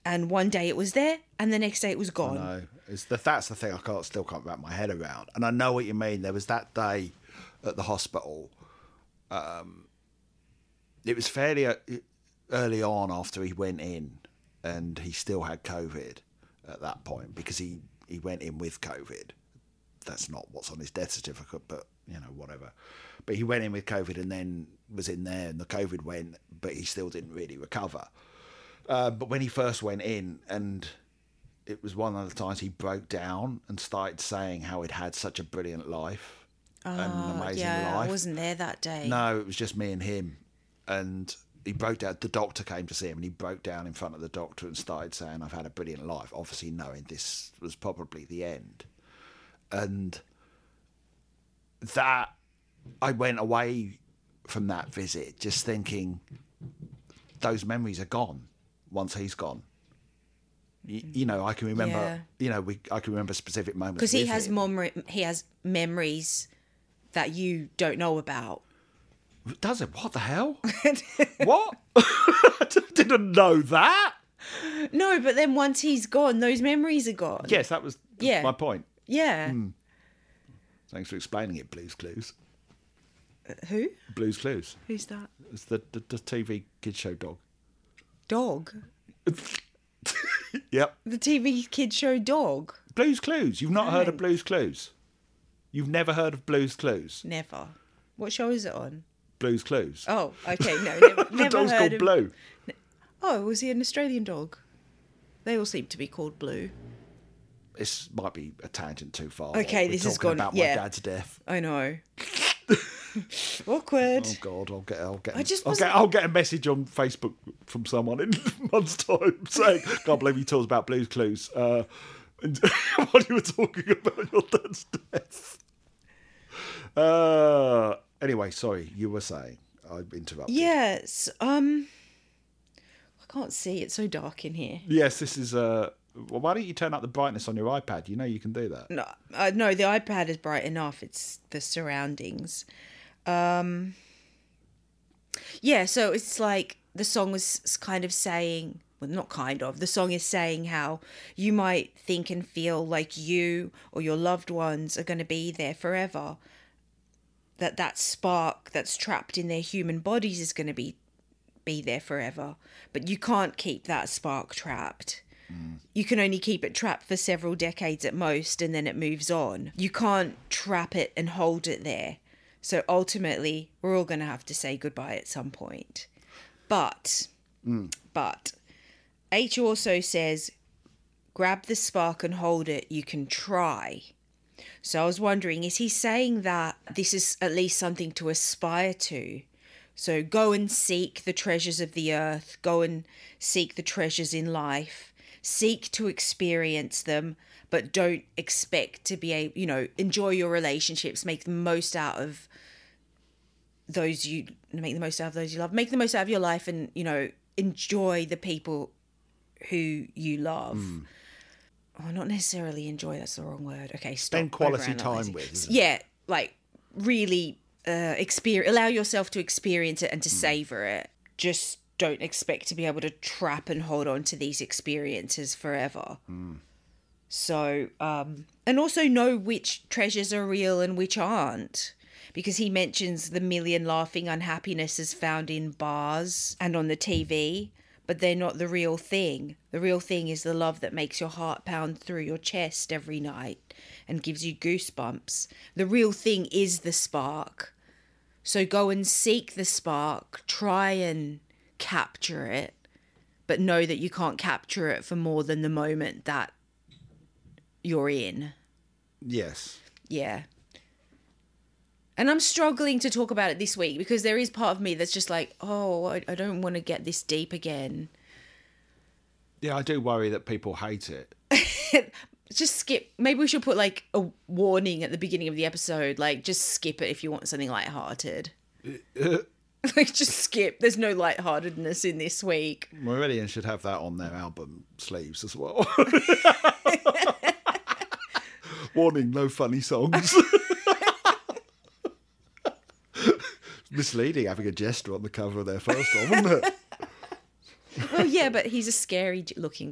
S3: And one day it was there, and the next day it was gone.
S2: No, it's the that's the thing I can't still can't wrap my head around. And I know what you mean. There was that day at the hospital. Um, it was fairly uh, early on after he went in, and he still had COVID at that point because he he went in with COVID. That's not what's on his death certificate, but you know whatever. But he went in with COVID and then was in there, and the COVID went, but he still didn't really recover. Uh, but when he first went in, and it was one of the times he broke down and started saying how he'd had such a brilliant life and an
S3: Oh,
S2: amazing
S3: yeah,
S2: life.
S3: I wasn't there that day.
S2: No, it was just me and him. And he broke down. The doctor came to see him and he broke down in front of the doctor and started saying, I've had a brilliant life. Obviously, knowing this was probably the end. And that, I went away from that visit just thinking those memories are gone once he's gone. Y- You know, I can remember.
S3: Yeah.
S2: You know, we I can remember specific moments
S3: because he
S2: with
S3: has
S2: him.
S3: memory, he has memories that you don't know about.
S2: Does it? What the
S3: [laughs]
S2: hell? what? [laughs] I didn't know that.
S3: No, but then once he's gone, those memories are gone.
S2: Yes, that was
S3: Yeah.
S2: my point.
S3: Yeah.
S2: Hmm. Thanks for explaining it, Blues Clues.
S3: Who?
S2: Blues Clues.
S3: Who's that?
S2: It's the, the, the TV kid show dog.
S3: Dog.
S2: Yep.
S3: The TV kid show dog.
S2: Blues Clues. You've not heard of Blues Clues. You've never heard of Blues Clues.
S3: Never. What show is it on?
S2: Blues Clues.
S3: Oh, okay.
S2: [laughs]
S3: No, never,
S2: the
S3: never
S2: dog's
S3: heard
S2: called
S3: of.
S2: Blue.
S3: Oh, was he an Australian dog? They all seem to be called Blue.
S2: This might be a tangent too far.
S3: Okay,
S2: We're
S3: this has
S2: talking
S3: gone-
S2: about
S3: yeah.
S2: my dad's death.
S3: I know.
S2: [laughs]
S3: Awkward.
S2: Oh God, I'll get, I'll get,
S3: I just
S2: I'll
S3: wasn't-
S2: get, I'll get a message on Facebook from someone in [laughs] months' time saying, "Can't believe you talked about Blues Clues." Uh, and [laughs] while you were talking about your dad's death. Uh, anyway, sorry, you were saying I interrupted.
S3: Yes. Um. I can't see. It's so dark in here.
S2: Yes, this is. Uh, well, why don't you turn up the brightness on your iPad? You know you can do that.
S3: No, uh, no. The iPad is bright enough. It's the surroundings. Um. Yeah. So it's like the song was s- kind of saying. Well, not kind of. The song is saying how you might think and feel like you or your loved ones are going to be there forever. That that spark that's trapped in their human bodies is going to be be there forever. But you can't keep that spark trapped you can only keep it trapped for several decades at most and then it moves on. You can't trap it and hold it there. So ultimately, we're all going to have to say goodbye at some point. But, but, H also says grab the spark and hold it. You can try. So I was wondering, is he saying that this is at least something to aspire to? So go and seek the treasures of the earth, go and seek the treasures in life. seek to experience them, but don't expect to be able, you know, enjoy your relationships, make the most out of those you make the most out of those you love, make the most out of your life, and you know, enjoy the people who you love.
S2: Hmm.
S3: Or not necessarily enjoy. That's the wrong word. Okay, stop.
S2: Spend quality
S3: overanalyzing.
S2: time with, isn't
S3: Yeah, like really uh, experience. Allow yourself to experience it and
S2: Hmm.
S3: to savor it. Just don't expect to be able to trap and hold on to these experiences forever. So, um, and also know which treasures are real and which aren't. Because he mentions the million laughing unhappinesses found in bars and on the TV, but they're not the real thing. The real thing is the love that makes your heart pound through your chest every night and gives you goosebumps. The real thing is the spark. So go and seek the spark, try and capture it, but know that you can't capture it for more than the moment that you're in.
S2: Yes.
S3: Yeah. And I'm struggling to talk about it this week because there is part of me that's just like, oh, I, I don't want to get this deep again.
S2: Yeah, I do worry that people hate it.
S3: Just skip. Maybe we should put like a warning at the beginning of the episode, like just skip it if you want
S2: [laughs]
S3: something lighthearted. like just skip. There's no lightheartedness in this week.
S2: Marillion should have that on their album sleeves as
S3: [laughs]
S2: well. Warning, no funny
S3: [laughs]
S2: songs. Misleading having a jester on the cover of their first one, wasn't it?
S3: Oh yeah, but he's a scary j- looking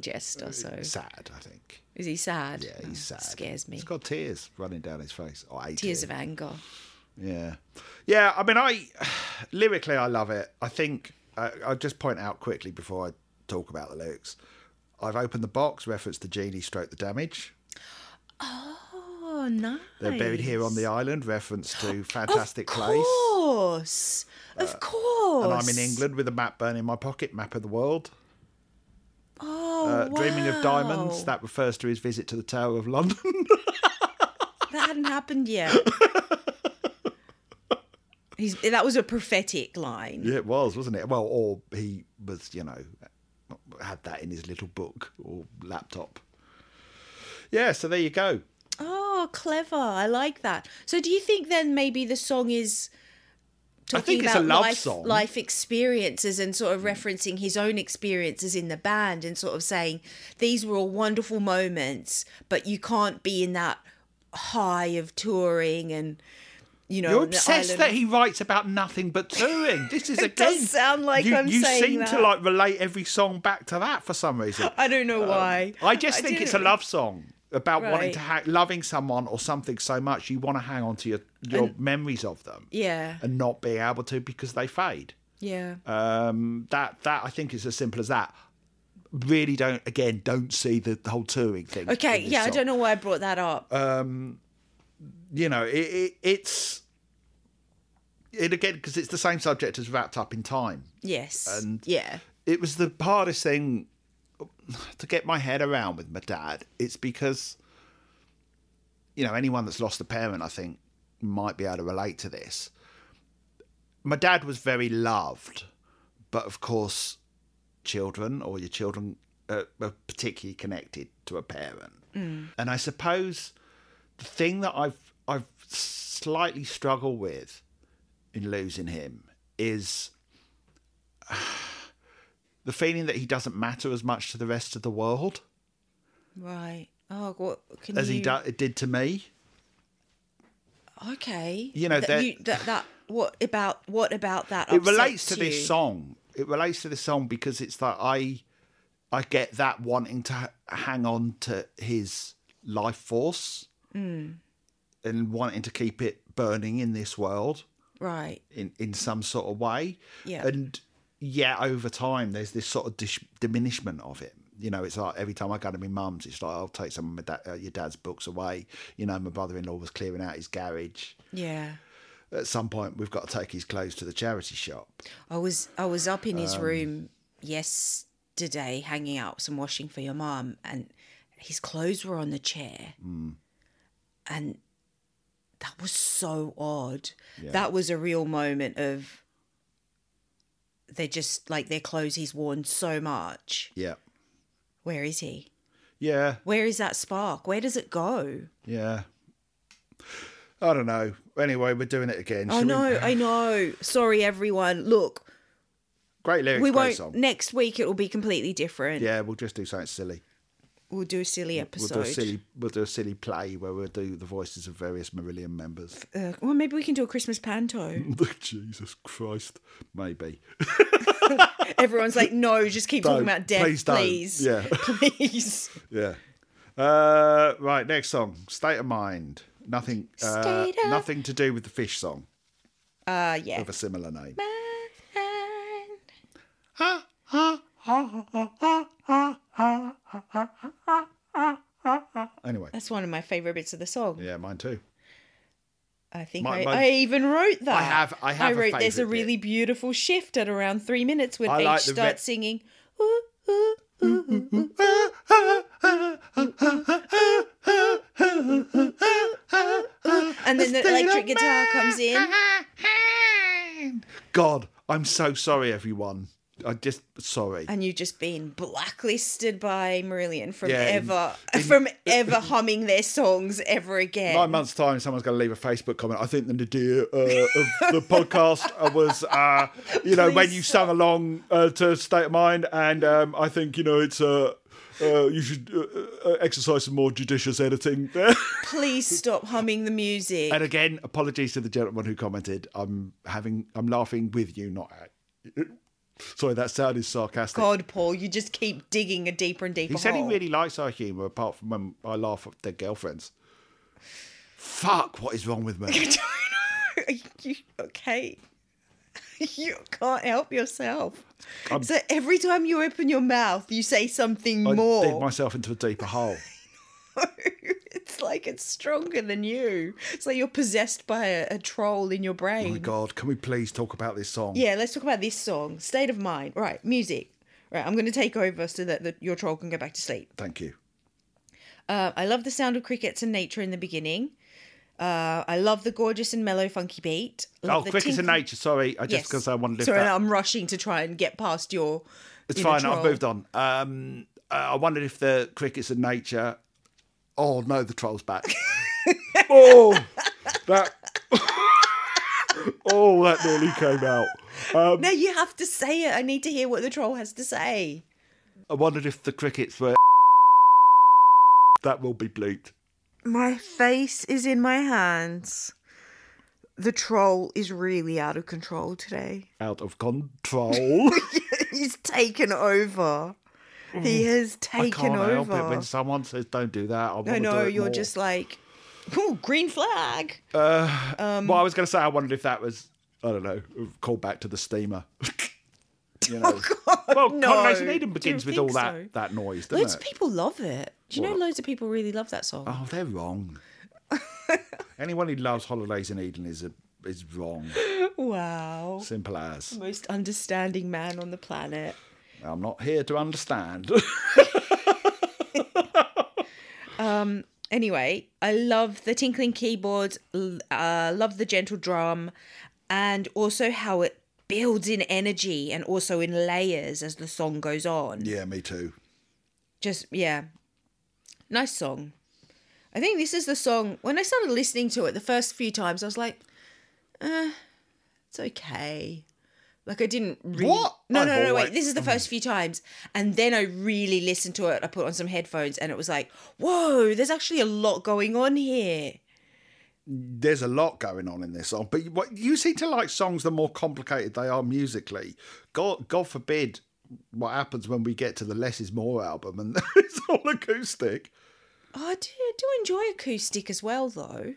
S2: [laughs]
S3: jester. So
S2: Sad, I think.
S3: is he sad?
S2: Yeah, he's sad.
S3: Oh, Scares me.
S2: He's got tears running down his face. Oh, Or a
S3: Tears
S2: tear.
S3: of anger.
S2: Yeah, yeah. I mean, I [sighs] lyrically, I love it. I think uh, I'll just point out quickly before I talk about the lyrics. I've opened the box, reference to Genie, stroke the damage.
S3: Oh nice.
S2: They're buried here on the island, reference to Fantastic
S3: of
S2: Place. Uh,
S3: course. Of course.
S2: And I'm in England with a map burn in my pocket, map of the world.
S3: Oh,
S2: Uh, Dreaming of diamonds,
S3: wow.
S2: that refers to his visit to the Tower of London.
S3: That hadn't
S2: [laughs]
S3: happened yet. He's, that was a prophetic line.
S2: yeah, it was, wasn't it? Well, or he was, you know, had that in his little book or laptop. Yeah, so there you go.
S3: Oh, clever. I like that. So do you think then maybe the song is talking
S2: think it's
S3: about
S2: a love
S3: life,
S2: song.
S3: life experiences and sort of referencing his own experiences in the band and sort of saying these were all wonderful moments, but you can't be in that high of touring and you know
S2: You're
S3: on the
S2: obsessed
S3: island.
S2: that he writes about nothing but touring. This is
S3: [laughs] It
S2: again.
S3: does sound like
S2: you,
S3: I'm
S2: you
S3: saying
S2: seem to
S3: that.
S2: like relate every song back to that for some reason.
S3: I don't know why.
S2: Um, I just think it's a
S3: didn't-
S2: love song about wanting
S3: Right.
S2: to ha- loving someone or something so much you want to hang on to your your memories of them
S3: Yeah.
S2: and not being able to because they fade.
S3: Yeah.
S2: Um, that that I think is as simple as that. Really don't again don't see the, the whole touring thing.
S3: Okay,
S2: in this
S3: yeah, I
S2: song. Uh,
S3: don't know why I brought that up.
S2: you know, it, it, it's it again because it's the same subject as wrapped up in time.
S3: yes. yeah.
S2: It was the hardest thing to get my head around with my dad. It's because you know anyone that's lost a parent, I think, might be able to relate to this. My dad was very loved, but of course, children or your children are, are particularly connected to a parent. And I suppose the thing that I've I've slightly struggled with in losing him is the feeling that he doesn't matter as much to the rest of the world
S3: Right. Oh, what can
S2: as
S3: you?
S2: he do- did to me.
S3: Okay.
S2: You know,
S3: that,
S2: that-
S3: you, that that what about what about that?
S2: it relates to
S3: upsets you?
S2: this song. It relates to this song because it's that I, I get that wanting to h- hang on to his life force
S3: Hmm.
S2: and wanting to keep it burning in this world
S3: Right.
S2: in in some sort of way.
S3: Yeah.
S2: And yeah, over time, there's this sort of dish, diminishment of it. You know, it's like every time I go to my mum's, it's like I'll take some of my da- uh, your dad's books away. You know, my brother-in-law was clearing out his garage.
S3: Yeah.
S2: At some point, we've got to take his clothes to the charity shop.
S3: I was I was up in his
S2: Um,
S3: room yesterday, hanging out some washing for your mum, and his clothes were on the chair,
S2: Hmm.
S3: and that was so odd. That was a real moment of they're just like their clothes he's worn so much
S2: Yeah.
S3: Where is he?
S2: Yeah,
S3: Where is that spark? Where does it go?
S2: yeah. I don't know. Anyway, we're doing it again.
S3: I
S2: Shall we-
S3: know, I know. Sorry, everyone. Look,
S2: Great lyrics,
S3: we
S2: great
S3: won't.
S2: song.
S3: Next week it will be completely different.
S2: Yeah, we'll just do something silly.
S3: We'll do a silly episode.
S2: We'll do a silly. We'll do a silly play where we'll do the voices of various Marillion members.
S3: Uh, well, maybe we can do a Christmas panto.
S2: [laughs] Jesus Christ, maybe.
S3: Everyone's like, no, just keep talking
S2: Don't.
S3: about death,
S2: Please
S3: please.
S2: don't. Yeah.
S3: Please. [laughs] Please.
S2: Yeah. Uh, right, next song, State of Mind. Nothing. Uh,
S3: State of-
S2: Nothing to do with the fish song
S3: Uh, yeah.
S2: of a similar name. Anyway.
S3: That's one of my favorite bits of the song.
S2: Yeah, mine too.
S3: I think
S2: My-
S3: I,
S2: my-
S3: I even wrote that.
S2: I have- I have a
S3: wrote there's a
S2: favourite bit."
S3: really beautiful shift at around three minutes when
S2: I
S3: they
S2: like the
S3: start
S2: ve-
S3: singing. Ooh, ooh, ooh, ooh, ooh. And then the electric guitar comes in.
S2: God, I'm so sorry, everyone. I just sorry.
S3: And you've just been blacklisted by Marillion from
S2: Yeah, in-
S3: ever [laughs] from ever humming their songs ever again.
S2: Nine months' time, someone's going to leave a Facebook comment. I think the nadir uh, of
S3: [laughs]
S2: the podcast uh, was, uh, you know, when
S3: Please
S2: you sung along uh, to State of Mind, and um, I think you know it's uh, uh, you should uh, uh, exercise some more judicious editing. [laughs]
S3: Please stop humming the music.
S2: and again, apologies to the gentleman who commented. I'm having, I'm laughing with you, not at. Sorry, that sounded sarcastic.
S3: God, Paul, you just keep digging a deeper and deeper
S2: He said he
S3: hole.
S2: really likes our humour, apart from when I laugh at their girlfriends. Fuck, what is wrong with
S3: [laughs]
S2: me?
S3: [laughs] I don't know. Are you okay? [laughs] You can't help yourself. so every time you open your mouth, you say something
S2: I dig
S3: more.
S2: myself into a deeper hole.
S3: [laughs] it's like it's stronger than you. It's like you're possessed by a, a troll in your
S2: Oh my
S3: brain.
S2: god, can we please talk about this song?
S3: Mm-hmm. yeah, let's talk about this song, State of Mind. Right, music. Right, I'm going to take over so that the, your troll can go back to sleep.
S2: Thank you.
S3: Uh, I love the sound of crickets and nature in the beginning. Uh, I love the gorgeous and mellow funky beat.
S2: Oh,
S3: Love the
S2: quick as in
S3: tinkle-
S2: nature. Sorry, I just because I want to lift
S3: Sorry,
S2: that.
S3: I'm rushing to try and get past your.
S2: It's fine. I've moved on. Um, uh, I wondered if the crickets in nature. Oh no, the troll's
S3: [laughs]
S2: back. oh, that. [laughs] oh, that nearly came out. Um,
S3: No, you have to say it. I need to hear what the troll has to say.
S2: I wondered if the crickets were. [laughs] That will be bleeped.
S3: My face is in my hands. The troll is really out of control today. [laughs]
S2: Out of control.
S3: He's taken over. He has
S2: I
S3: taken
S2: can't help
S3: over.
S2: it when someone says don't do that. I want
S3: I
S2: to
S3: know
S2: do it
S3: you're
S2: more.
S3: just like, ooh, green flag.
S2: well, I was going to say I wondered if that was I don't know called back to the steamer. [laughs] you [laughs] know, well,
S3: no.
S2: Coronation Eden
S3: Do
S2: begins
S3: you
S2: with all
S3: think
S2: that
S3: so?
S2: that noise, doesn't
S3: Loads of
S2: it?
S3: people love it. Do you know loads of people really love that song?
S2: oh, they're [laughs] wrong. Anyone who loves holidays in Eden is a, is wrong.
S3: Wow.
S2: Simple as.
S3: Most understanding man on the planet.
S2: I'm not here to understand. [laughs]
S3: Anyway, I love the tinkling keyboard, l- uh, love the gentle drum, and also how it builds in energy and also in layers as the song goes on.
S2: yeah, me too.
S3: Just, yeah. Nice song. I think this is the song, when I started listening to it the first few times, I was like, eh, it's okay. Like I didn't really.
S2: What?
S3: No,
S2: I've
S3: no, no, no,
S2: always-
S3: wait. This is the first few times, and then I really listened to it. I put on some headphones, and it was like, whoa, there's actually a lot going on here.
S2: There's a lot going on in this song, but you- what you seem to like songs the more complicated they are musically. God, God forbid what happens when we get to the Less Is More album and [laughs] it's all acoustic.
S3: Oh, I do, I do enjoy acoustic as well, though.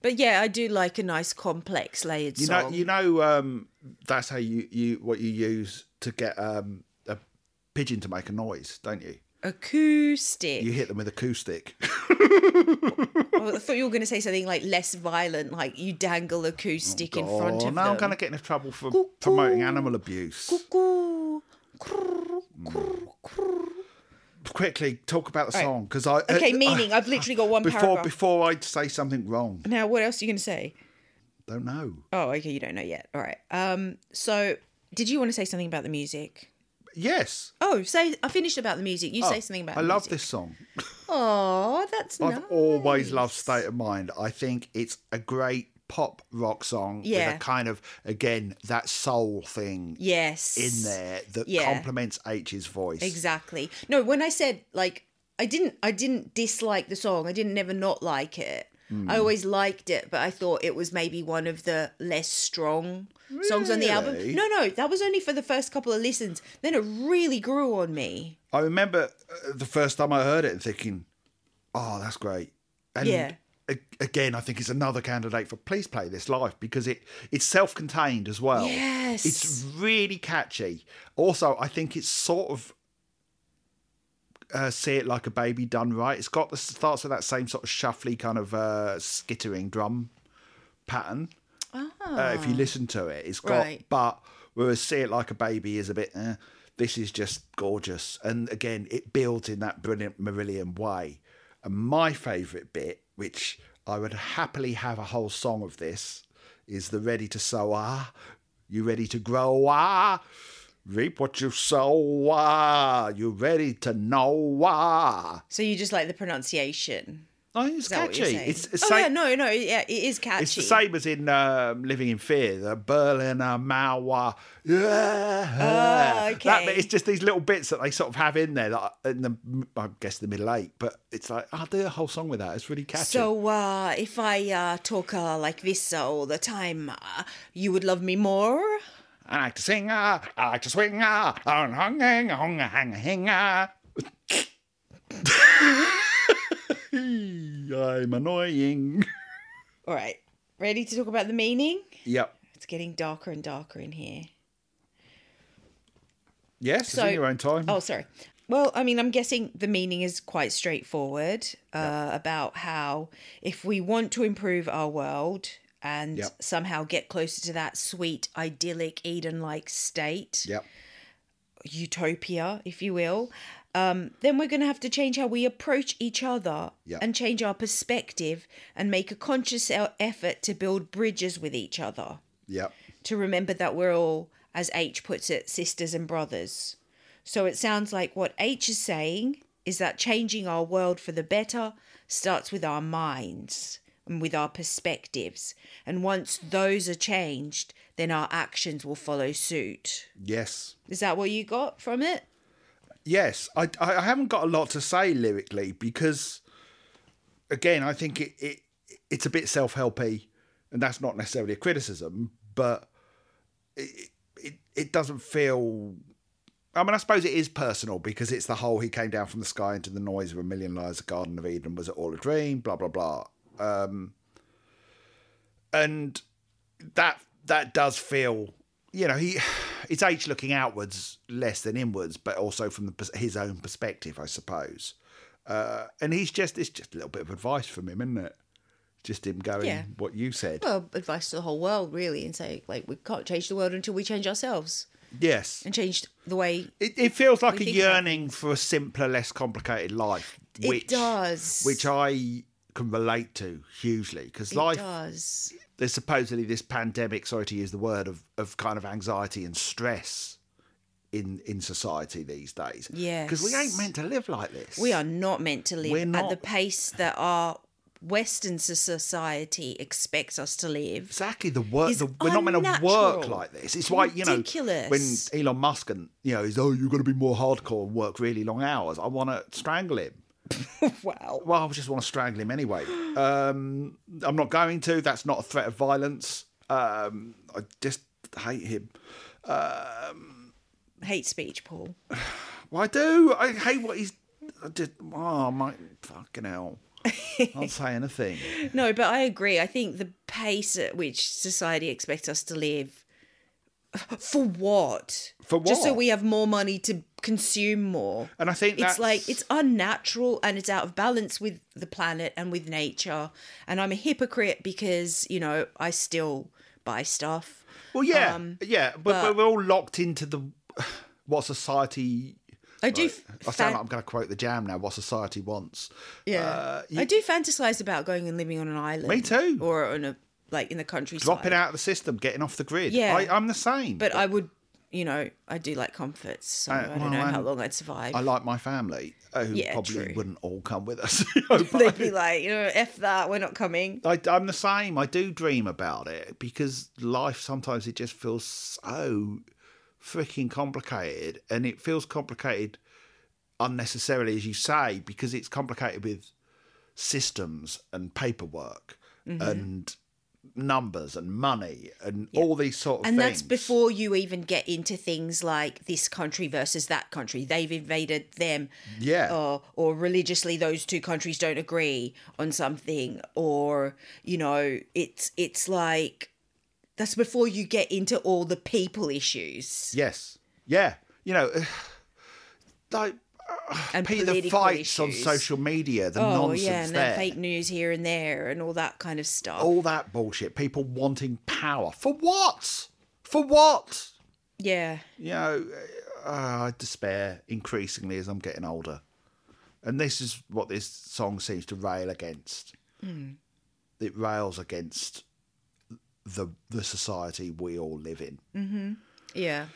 S3: But yeah, I do like a nice complex layered
S2: Hmm. You know,
S3: song.
S2: you know, um, that's how you, you what you use to get um, a pigeon to make a noise, don't you?
S3: acoustic.
S2: You hit them with acoustic.
S3: Oh, I thought you were going to say something like less violent, like you dangle acoustic [laughs] in front
S2: Oh,
S3: of
S2: now
S3: them.
S2: I'm going to get into trouble for
S3: Cuckoo.
S2: promoting animal abuse.
S3: Cuckoo, crrr, crrr, crrr.
S2: Mm. Quickly talk about the
S3: Right.
S2: song because I
S3: Okay,
S2: I-
S3: meaning. I've literally got one
S2: Uh, before
S3: paragraph.
S2: before I say something wrong.
S3: Now, what else are you going to say?
S2: Don't know.
S3: Oh, okay, you don't know yet. All right. Um, so did you want to say something about the music?
S2: Yes,
S3: Oh, say I finished about the music. You say something about.
S2: Oh, I
S3: the
S2: love
S3: music.
S2: this song.
S3: Oh, that's nice.
S2: I've always loved State of Mind. I think it's a great pop rock song with
S3: Yeah.
S2: a kind of again that soul thing
S3: Yes.
S2: in there that
S3: Yeah.
S2: complements H's voice.
S3: Exactly. No, when I said like I didn't I didn't dislike the song. I didn't never not like it.
S2: Hmm.
S3: I always liked it, but I thought it was maybe one of the less strong songs on the album.
S2: Really?
S3: No, no, that was only for the first couple of listens. Then it really grew on me.
S2: I remember uh, the first time I heard it and thinking, "Oh, that's great." And
S3: Yeah.
S2: a- again, I think it's another candidate for please play this live because it it's self-contained as well.
S3: Yes.
S2: Oh, It's really catchy. Also, I think it's sort of uh, see it like a baby done right. It's got the starts with that same sort of shuffly kind of uh, skittering drum pattern.
S3: Ah.
S2: Uh, if you listen to it, it's got
S3: Oh. Right.
S2: but whereas see it like a baby is a bit. Eh, this is just gorgeous, and again, it builds in that brilliant Marillion way. And my favourite bit, which I would happily have a whole song of this, is the ready to sow ah, you ready to grow ah. Reap what you sow, ah. You ready to know, ah.
S3: So you just like the pronunciation.
S2: I think Oh, it's
S3: Is that
S2: catchy.
S3: what you're saying?
S2: It's, it's,
S3: oh
S2: sa-
S3: yeah, no, no, yeah, it is catchy.
S2: it's the same as in um, Living in Fear, the Berliner Mauer. Yeah.
S3: Oh,
S2: That
S3: okay.
S2: bit- it's just these little bits that they sort of have in there, that I- in the, I guess the middle eight, but it's like, I'll do a whole song with that. It's really catchy.
S3: So uh, if I uh, talk uh, like this all the time, uh, you would love me more.
S2: I like to sing, ah, I like to swing, ah, on hung, hang, hung, hang, hang, ah. [laughs] I'm annoying.
S3: All right, ready to talk about the meaning?
S2: Yep.
S3: It's getting darker and darker in here.
S2: Yes,
S3: So-
S2: it's in your own time.
S3: Oh, sorry. Well, I mean, I'm guessing the meaning is quite straightforward uh, about how if we want to improve our world and
S2: Yep.
S3: somehow get closer to that sweet, idyllic, Eden like state,
S2: Yep.
S3: utopia, if you will, um, then we're going to have to change how we approach each other
S2: Yeah.
S3: and change our perspective and make a conscious e- effort to build bridges with each other,
S2: Yep.
S3: to remember that we're all, as H puts it, sisters and brothers. So it sounds like what H is saying is that changing our world for the better starts with our minds and with our perspectives. And once those are changed, then our actions will follow suit.
S2: Yes.
S3: Is that what you got from it?
S2: yes I, I I haven't got a lot to say lyrically because again i think it, it it's a bit self-helpy and that's not necessarily a criticism but it, it it doesn't feel I mean, I suppose it is personal because it's the whole he came down from the sky into the noise of a million lives, the Garden of Eden, was it all a dream, blah, blah, blah. Um, and that that does feel you know he [sighs] it's H looking outwards less than inwards, but also from the, pers- his own perspective, I suppose. Uh, and he's just it's just a little bit of advice from him, isn't it? Just him going
S3: Yeah.
S2: what you said.
S3: Well, advice to the whole world, really, and say, like, we can't change the world until we change ourselves
S2: yes,
S3: and change the way
S2: it, it feels like a
S3: think about
S2: yearning for a simpler, less complicated life. Which,
S3: it does.
S2: which I can relate to hugely because
S3: it
S2: life
S3: does.
S2: there's supposedly this pandemic, sorry to use the word, of, of kind of anxiety and stress in in society these days. Because we ain't
S3: Yes.
S2: meant to live like this.
S3: We are not meant to
S2: We're
S3: live at
S2: not-
S3: the pace that our Western so- society expects us
S2: [laughs]
S3: to live.
S2: Exactly the work.
S3: It's
S2: The, we're not meant to work
S3: unnatural.
S2: like this. It's like you know when
S3: ridiculous.
S2: Elon Musk and you know he's oh you're going to be more hardcore and work really long hours. I want to strangle him.
S3: Wow.
S2: Well, I just want to strangle him
S3: [gasps]
S2: anyway. Um, I'm not going to. That's not a threat of violence. Um, I just hate him.
S3: Hate speech, Paul.
S2: Well, I do. I hate what he's. I did. Oh my fucking
S3: [laughs]
S2: hell! I'll say anything.
S3: No, but I agree. I think the pace at which society expects us to live [sighs] for what?
S2: For
S3: Just so
S2: what?
S3: we have more money to consume more.
S2: And I think
S3: it's
S2: that's-
S3: like it's unnatural and it's out of balance with the planet and with nature. And I'm a hypocrite because, you know, I still buy stuff.
S2: Well, yeah,
S3: Um,
S2: yeah, but, but we're all locked into the what society.
S3: I do
S2: I
S3: f-
S2: sound
S3: fan-
S2: like I'm going to quote the jam now. What society wants.
S3: yeah.
S2: Uh, you-
S3: I do fantasize about going and living on an island.
S2: Me too.
S3: Or on a like in the countryside.
S2: dropping out of the system, getting off the grid.
S3: Yeah.
S2: I, I'm the same.
S3: But I would you know, I do like comforts, so
S2: Uh,
S3: I don't
S2: well,
S3: know how
S2: I'm-
S3: long I'd survive. [laughs]
S2: I like my family, uh, who
S3: Yeah,
S2: probably
S3: true.
S2: wouldn't all come with us. [laughs] you
S3: [laughs]
S2: know, but
S3: They'd be like, you know, f that, we're not coming.
S2: I, I'm the same. I do dream about it because life sometimes it just feels so freaking complicated, and it feels complicated unnecessarily, as you say, because it's complicated with systems and paperwork
S3: Mm-hmm.
S2: and numbers and money and all these sort of
S3: And
S2: things.
S3: that's before you even get into things like this country versus that country. They've invaded them.
S2: Yeah.
S3: Or, or religiously, those two countries don't agree on something. Or, you know, it's it's like that's before you get into all the people issues
S2: Yes. Yeah. You know, [sighs] like
S3: and
S2: Peter the
S3: political
S2: fights on
S3: issues.
S2: social media, the
S3: Oh
S2: nonsense
S3: yeah, and
S2: there. Oh.
S3: then fake news here and there and all that kind of stuff.
S2: all that bullshit. People wanting power for what? For what?
S3: Yeah.
S2: You know, uh, I despair increasingly as I'm getting older, and this is what this song seems to rail against. It rails against the the society we all live in.
S3: Yeah.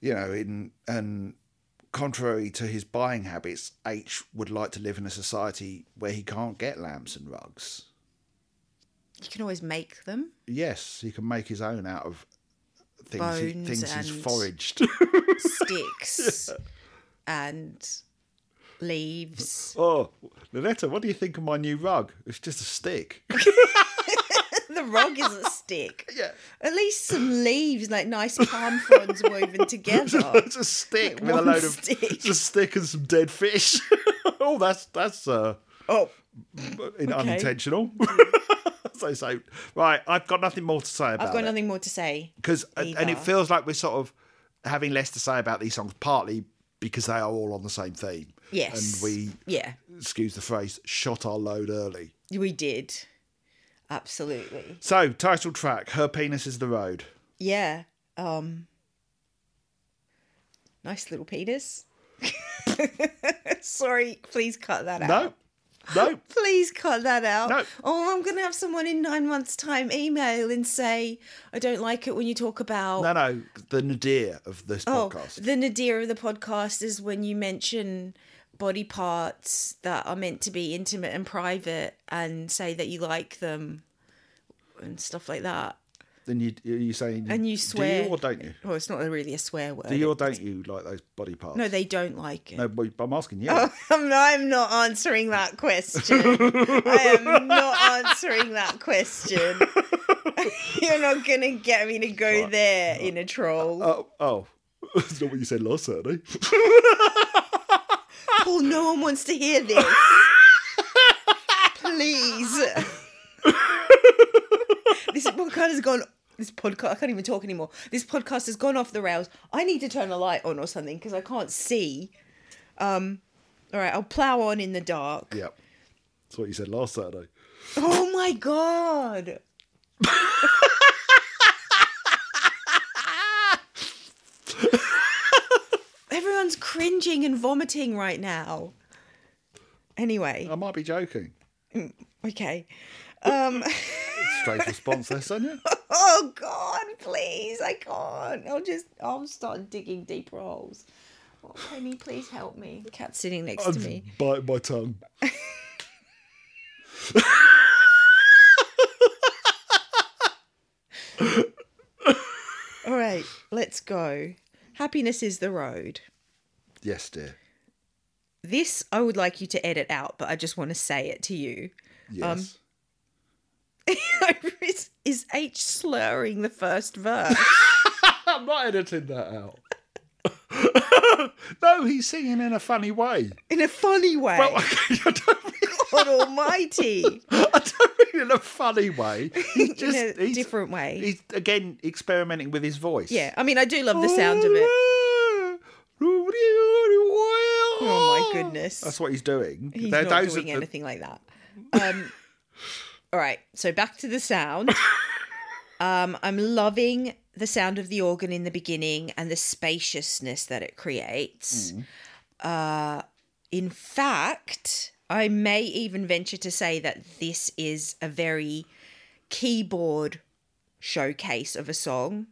S2: you know, in and contrary to his buying habits, H would like to live in a society where he can't get lamps and rugs.
S3: You can always make them.
S2: Yes, he can make his own out of things he,
S3: Bones
S2: things he's
S3: and-
S2: foraged. [laughs]
S3: sticks and leaves. [laughs]
S2: oh, Loretta, what do you think of my new rug? It's just a stick. [laughs]
S3: the rug is a stick.
S2: yeah,
S3: At least some leaves, like nice palm fronds
S2: [laughs]
S3: woven together.
S2: it's a
S3: [laughs]
S2: stick with a
S3: Oh. One
S2: load of
S3: stick.
S2: it's a stick and some dead fish. [laughs] oh, that's that's uh,
S3: Oh,
S2: in- unintentional. [laughs] so so right, I've got nothing more to say about
S3: I've got
S2: it.
S3: nothing more to say.
S2: because and it
S3: Either.
S2: feels like we're sort of having less to say about these songs partly because they are all on the same theme
S3: Yes.
S2: and we
S3: Yeah,
S2: excuse the phrase shot our load early
S3: we did. Absolutely.
S2: so title track her penis is the road
S3: Yeah. Um. Nice little penis. [laughs] Sorry, please cut that out.
S2: no no
S3: Please cut that out.
S2: No.
S3: Oh, I'm going to have someone in nine months' time email and say, I don't like it when you talk about.
S2: no no the nadir of this
S3: oh,
S2: podcast
S3: the nadir of the podcast is when you mention body parts that are meant to be intimate and private and say that you like them and stuff like that.
S2: then you you saying
S3: And you swear.
S2: do you or don't you
S3: Well, it's not really a swear word.
S2: do you or don't you like those body parts
S3: no, Oh. they don't like it.
S2: no but i'm asking you
S3: [laughs] I'm, I'm not answering that question. I am not answering that question. [laughs] You're not going to get me to go there in a troll.
S2: oh oh [laughs] that's not what you said last saturday
S3: Paul, Oh, no one wants to hear this. Please. this podcast has gone. This podcast, I can't even talk anymore. This podcast has gone off the rails. I need to turn a light on or something because I can't see. Um, all right, I'll plow on in the dark.
S2: yep that's what you said last saturday
S3: Oh my god. Everyone's cringing and vomiting right now. Anyway,
S2: i might be joking
S3: okay. Um, [laughs]
S2: straight response there sonia
S3: Oh god, please, I can't. I'll just I'll start digging deeper holes. Oh, Penny, please help me. Cat's sitting next to me.
S2: Bite my tongue.
S3: All right, let's go. Happiness is the road.
S2: Yes, dear.
S3: This I would like you to edit out, but I just want to say it to you.
S2: Yes.
S3: [laughs] is, is H slurring the first verse? Um,
S2: I'm not editing that out. [laughs] no, he's singing in a funny way.
S3: In a funny way.
S2: Well, [laughs] I don't mean, [laughs]
S3: God almighty.
S2: I don't mean in a funny
S3: [laughs]
S2: way. He's just
S3: In a
S2: he's,
S3: different way.
S2: He's again experimenting with his voice.
S3: yeah, I mean, I do love the sound of it.
S2: Oh
S3: Oh, my goodness.
S2: That's what he's doing.
S3: He's
S2: They're-
S3: not
S2: those
S3: doing
S2: are the-
S3: anything like that. Um, [laughs] all right, so back to the
S2: [laughs]
S3: sound. Um, I'm loving the sound of the organ in the beginning and the spaciousness that it creates.
S2: Mm.
S3: Uh, in fact, I may even venture to say that this is a very keyboard showcase of a song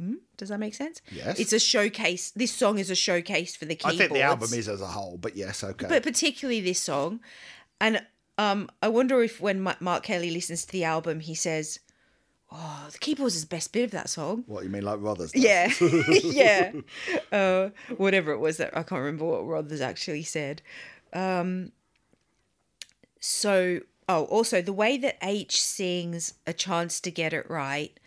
S3: Hmm, Does that make sense?
S2: Yes.
S3: It's a showcase. This song is a showcase for the
S2: I
S3: keyboards.
S2: think the album is as a whole, but yes, okay.
S3: but particularly this song. And um, I wonder if when Ma- Mark Kelly listens to the album, he says, "Oh, the keyboards is the best bit of that song."
S2: what you mean, like Rothers? does?
S3: Yeah, [laughs] yeah. Uh, whatever it was that I can't remember what Rothers actually said. Um, so, oh, also the way that H sings "A Chance to Get It Right,"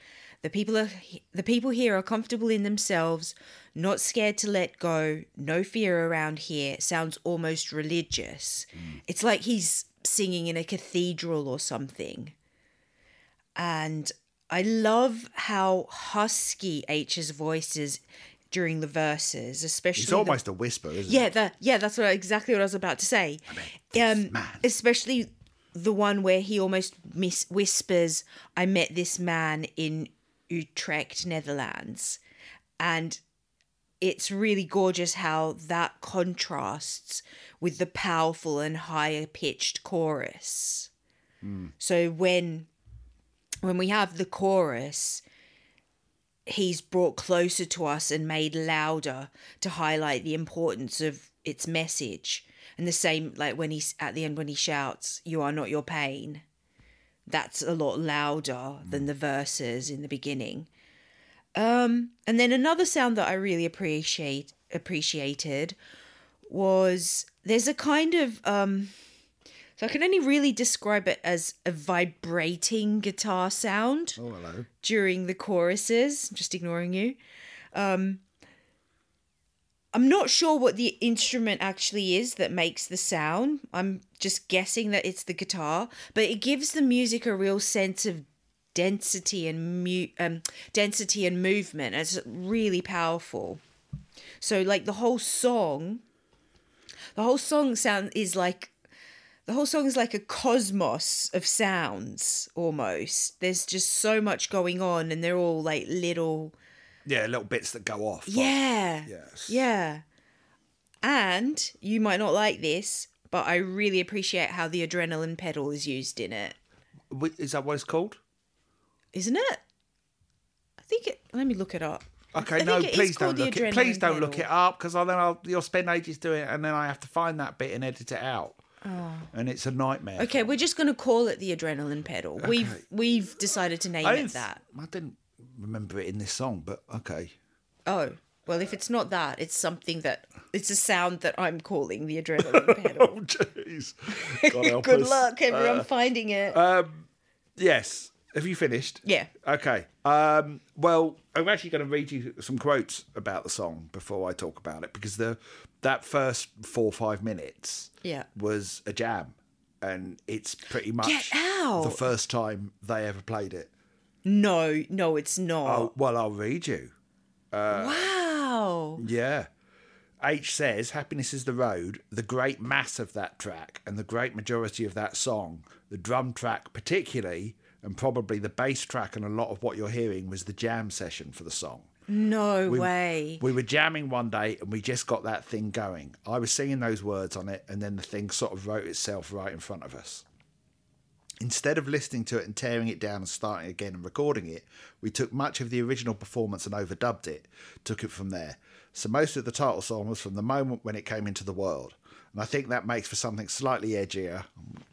S3: the people are the people here are comfortable in themselves, not scared to let go, no fear around here. Sounds almost religious. It's like he's singing in a cathedral or something and I love how husky H's voice is during the verses, especially.
S2: It's
S3: the-
S2: almost a whisper, isn't
S3: yeah, the, yeah, that's what, exactly what I was about to say. Um, especially the one where he almost mis- whispers, "I met this man in Utrecht, Netherlands," and it's really gorgeous how that contrasts with the powerful and higher pitched chorus. So when when we have the chorus, he's brought closer to us and made louder to highlight the importance of its message. And the same, like when he's at the end, when he shouts, You are not your pain, that's a lot louder than the verses in the beginning. Um, and then another sound that I really appreciate appreciated was there's a kind of um so I can only really describe it as a vibrating guitar sound
S2: it? Oh, hello.
S3: during the choruses. I'm just ignoring you. Um, I'm not sure what the instrument actually is that makes the sound. I'm just guessing that it's the guitar, but it gives the music a real sense of density and mu- um, density and movement. It's really powerful. So like the whole song, the whole song sound is like the whole song is like a cosmos of sounds almost. There's just so much going on, and they're all like little.
S2: Yeah, little bits that go off.
S3: yeah.
S2: yes.
S3: Yeah. And you might not like this, but I really appreciate how the adrenaline pedal is used in it,
S2: Wh- Is that what it's called?
S3: isn't it? I think it. Let me look it up. I
S2: Okay,
S3: think
S2: no,
S3: it is
S2: please
S3: called
S2: don't
S3: the
S2: look it.
S3: adrenaline
S2: Please don't look
S3: pedal.
S2: it up because then I'll, you'll spend ages doing it, and then I have to find that bit and edit it out,
S3: Ah.
S2: and it's a nightmare.
S3: Okay, we're just gonna call it the adrenaline pedal. We've we've decided to name
S2: I
S3: it
S2: didn't,
S3: that.
S2: I didn't remember it in this song, but [laughs] okay.
S3: Oh, well, if it's not that, it's something that it's a sound that I'm calling the adrenaline pedal.
S2: Oh, jeez. [laughs]
S3: Good luck, everyone,
S2: uh,
S3: finding it.
S2: Yes. Have you finished?
S3: yeah.
S2: Okay. Um, well, I'm actually going to read you some quotes about the song before I talk about it because the that first four or five minutes
S3: Yeah.
S2: was a jam, and it's pretty much
S3: Get out.
S2: the first time they ever played it.
S3: No, no, it's not.
S2: Oh, well, I'll read you. Oh.
S3: wow.
S2: Yeah. H says, Happiness is the Road, the great mass of that track and the great majority of that song, the drum track particularly, and probably the bass track and a lot of what you're hearing was the jam session for the song.
S3: No way.
S2: We were jamming one day and we just got that thing going. I was singing those words on it and then the thing sort of wrote itself right in front of us. Instead of listening to it and tearing it down and starting again and recording it, we took much of the original performance and overdubbed it, took it from there. So most of the title song was from the moment when it came into the world. And I think that makes for something slightly edgier.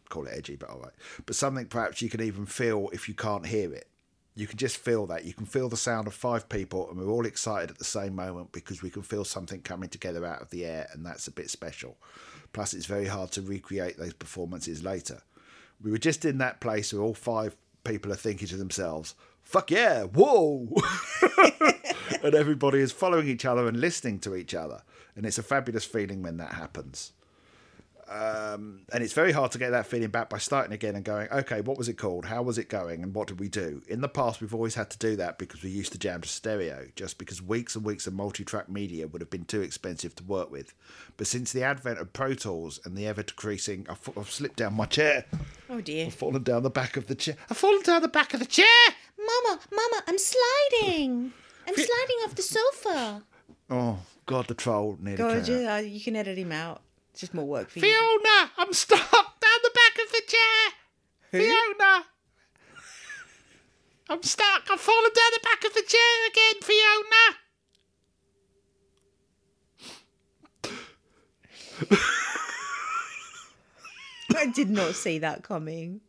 S2: Call it edgy, but all right. But something perhaps you can even feel if you can't hear it. You can just feel that. You can feel the sound of five people, and we're all excited at the same moment because we can feel something coming together out of the air, and that's a bit special. Plus, it's very hard to recreate those performances later. We were just in that place where all five people are thinking to themselves, fuck yeah, whoa! [laughs] and everybody is following each other and listening to each other. And it's a fabulous feeling when that happens. Um, and it's very hard to get that feeling back by starting again and going, okay, what was it called? How was it going? And what did we do? In the past, we've always had to do that because we used to jam to stereo, just because weeks and weeks of multi track media would have been too expensive to work with. But since the advent of Pro Tools and the ever decreasing, I've, fa- I've slipped down my chair.
S3: Oh dear.
S2: I've fallen down the back of the chair. I've fallen down the back of the chair!
S3: Mama, mama, I'm sliding. I'm sliding off the sofa.
S2: Oh, God, the troll nearly
S3: God,
S2: came out.
S3: you, uh, you can edit him out. It's just more work for you.
S2: Fiona, I'm stuck down the back of the chair. Fiona, I'm
S4: I'm stuck. I've fallen down the back of the chair again, Fiona.
S3: [laughs] I did not see that coming.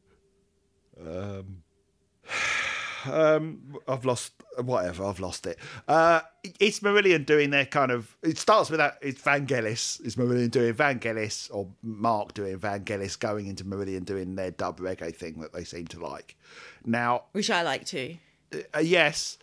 S2: I've lost whatever. I've lost it. Uh, it's Marillion doing their kind of. It starts with that. It's Vangelis. It's Marillion doing Vangelis or Mark doing Vangelis going into Marillion doing their dub reggae thing that they seem to like. Now,
S3: Which I like too.
S2: uh, yes,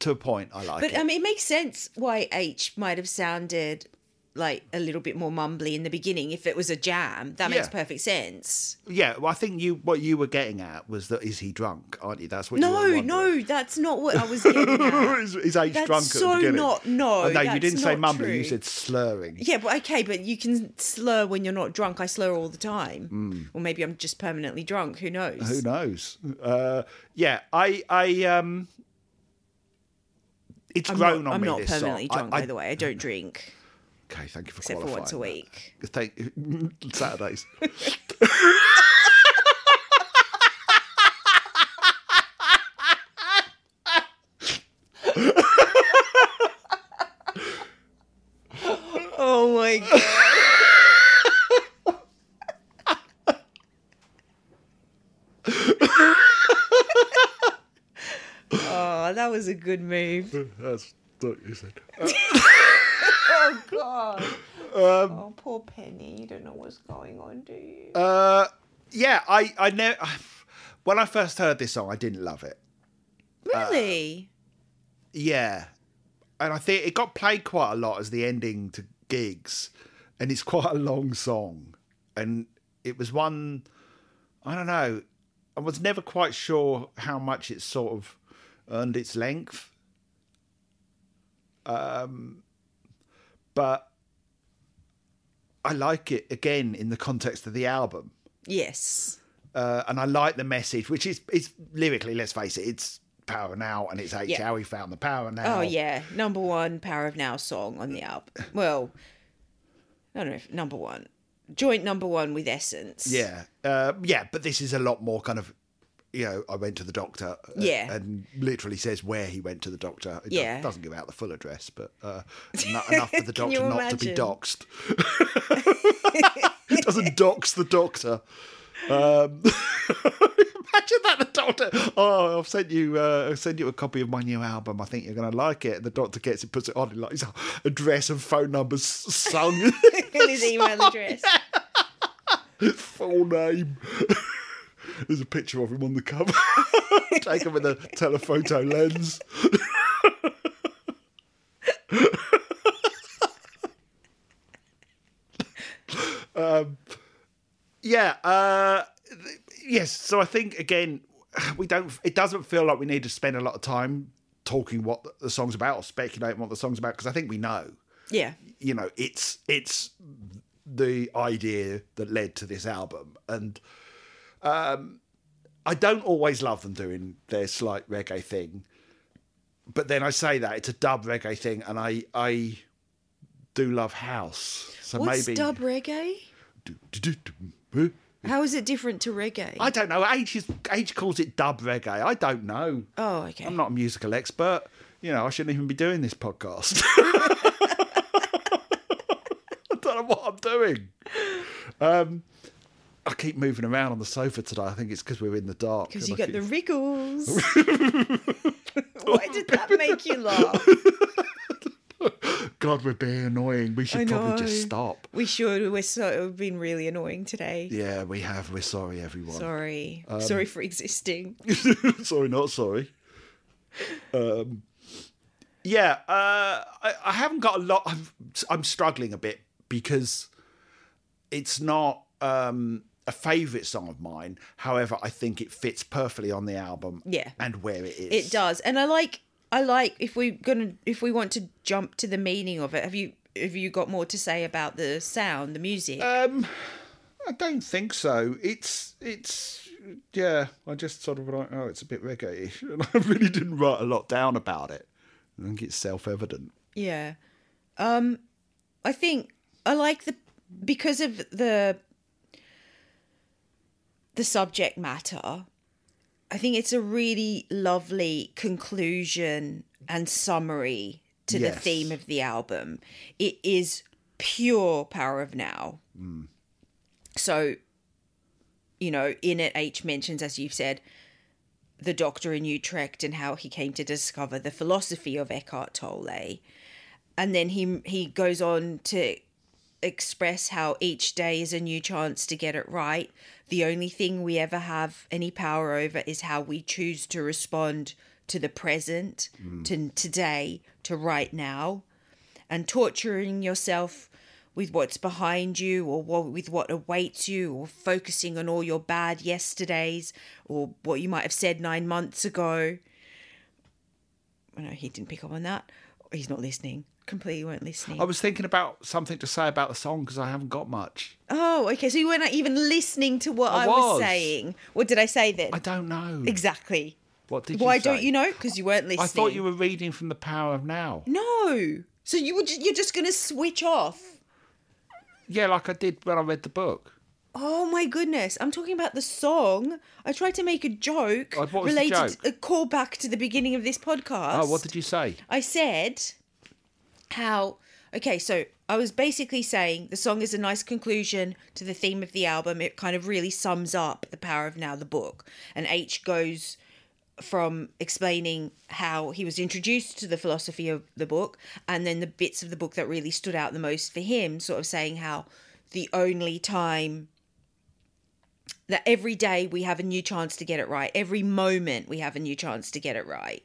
S2: to a point, I like
S3: But
S2: it.
S3: I mean, it makes sense why H might have sounded like a little bit more mumbly in the beginning if it was a jam. That makes
S2: Yeah.
S3: perfect sense.
S2: yeah, well, I think you what you were getting at was that is he drunk? Aren't you? That's what. you were
S3: No,
S2: wondering.
S3: no, that's not what I was getting at.
S2: [laughs] is, is H
S3: That's
S2: drunk at
S3: so
S2: the beginning?
S3: not- no,
S2: Uh, no, you
S3: that's
S2: didn't say
S3: not
S2: mumbling. You
S3: true.
S2: said slurring.
S3: Yeah, but okay, but you can slur when you're not drunk. I slur all the time. Or maybe I'm just permanently drunk. Who knows?
S2: Hmm. Who knows? Uh, yeah, I, I, um, it's
S3: I'm
S2: grown
S3: not,
S2: on
S3: I'm
S2: me.
S3: not
S2: this song.
S3: permanently
S2: I-
S3: drunk,
S2: I-
S3: by the way. I
S2: [laughs]
S3: don't drink
S2: Okay, thank you for
S3: except for
S2: qualifying.
S3: once a
S2: that. Thank
S3: week.
S2: [laughs]
S3: [laughs]
S2: Saturdays.
S3: Oh
S2: [laughs]
S3: my god. oh, that was a good move.
S2: [laughs] That's what you said.
S3: Oh god.
S2: Um,
S3: oh, poor Penny. You don't know what's going on, do you?
S2: Uh, yeah, I, I know. [sighs] When I first heard this song, I didn't love it.
S3: really?
S2: uh, Yeah, and I think it got played quite a lot as the ending to gigs, and it's quite a long song, and it was one. I don't know. I was never quite sure how much it sort of earned its length. Um, but I like it again in the context of the album
S3: yes.
S2: uh, and I like the message, which is it's lyrically. Let's face it, it's power now, and it's H
S3: Yeah.
S2: how he found the power now.
S3: Oh yeah, number one Power of Now song on the album. Well, I don't know if number one, joint number one with Essence.
S2: yeah, uh, yeah. But this is a lot more kind of, you know, I went to the doctor. uh,
S3: Yeah.
S2: and literally says where he went to the doctor. It
S3: Yeah.
S2: does, doesn't give out the full address, but
S3: [laughs]
S2: uh, eno- enough for the
S3: Can
S2: doctor
S3: you
S2: not to be [laughs]
S3: imagine? [laughs]
S2: doxed. It doesn't dox the doctor. Um, [laughs] imagine that the doctor. Oh, I've sent you. Uh, I've sent you a copy of my new album. I think you're going to like it. The doctor gets it, puts it on, and like his address and phone numbers sung, [laughs]
S3: And his email address.
S2: full name. [laughs] There's a picture of him on the cover, [laughs] taken with a telephoto lens. [laughs] Um, yeah uh th- yes so i think again we don't it doesn't feel like we need to spend a lot of time talking what the- the song's about or speculating what the song's about because i think we know
S3: Yeah.
S2: you know it's it's the idea that led to this album and um i don't always love them doing their slight reggae thing but then i say that it's a dub reggae thing and i i do love house so
S3: What's
S2: maybe
S3: dub reggae? How is it different to reggae?
S2: I don't know. H is H calls it dub reggae. I don't know.
S3: oh, okay.
S2: I'm not a musical expert. You know, I shouldn't even be doing this
S3: [laughs]
S2: podcast. [laughs] I don't know what I'm doing. Um, I keep moving around on the sofa today. I think it's because we're in the dark.
S3: Because
S2: and
S3: you
S2: I
S3: got
S2: keep-
S3: the
S2: [laughs]
S3: wriggles. Why did that make
S2: [laughs]
S3: you laugh?
S2: God, we're being annoying. We should
S3: I
S2: probably just
S3: know.
S2: stop.
S3: We should. We're so we've been really annoying today.
S2: Yeah, Um, we have. We're sorry, everyone.
S3: Sorry. Sorry for existing.
S2: [laughs] sorry, not sorry. Um, yeah, uh, I, I haven't got a lot. I'm, I'm struggling a bit because it's not um, a favourite song of mine. However, I think it fits perfectly on the album.
S3: Yeah.
S2: and where it is.
S3: It does, and I like. I like if we're gonna if we want to jump to the meaning of it. Have you have you got more to say about the sound, the music?
S2: I don't think so. It's it's yeah. I just sort of like oh, it's a bit reggae-ish, [laughs] and I really didn't write a lot down about it. I think it's self-evident.
S3: Yeah. Um I think I like the because of the the subject matter I think it's a really lovely conclusion and summary to the
S2: Yes.
S3: theme of the album. It is pure power of now. So, you know, in it, H mentions, as you've said, the doctor in Utrecht and how he came to discover the philosophy of Eckhart Tolle. And then he he goes on to express how each day is a new chance to get it right. The only thing we ever have any power over is how we choose to respond to the present, to today, to right now. And torturing yourself with what's behind you or what, with what awaits you or focusing on all your bad yesterdays or what you might have said nine months ago. I know he didn't pick up on that. He's not listening. Completely weren't listening.
S2: I was thinking about something to say about the song because I haven't got much.
S3: Oh, okay. So you weren't even listening to what I,
S2: I
S3: was.
S2: was.
S3: saying. What did I say then?
S2: I don't know.
S3: exactly.
S2: What did you
S3: Why
S2: say?
S3: don't you know? Because you weren't listening.
S2: I thought you were reading from The Power of Now.
S3: No. So you were. Just, you're just gonna switch off.
S2: Yeah, like I did when I read the book.
S3: Oh my goodness! I'm talking about the song. I tried to make a joke
S2: Oh, what was the
S3: related,
S2: joke?
S3: a callback to the beginning of this podcast.
S2: Oh, what did you say?
S3: I said how okay, so I was basically saying the song is a nice conclusion to the theme of the album. It kind of really sums up the power of now the book. And H goes from explaining how he was introduced to the philosophy of the book and then the bits of the book that really stood out the most for him, sort of saying how the only time that every day we have a new chance to get it right, every moment we have a new chance to get it right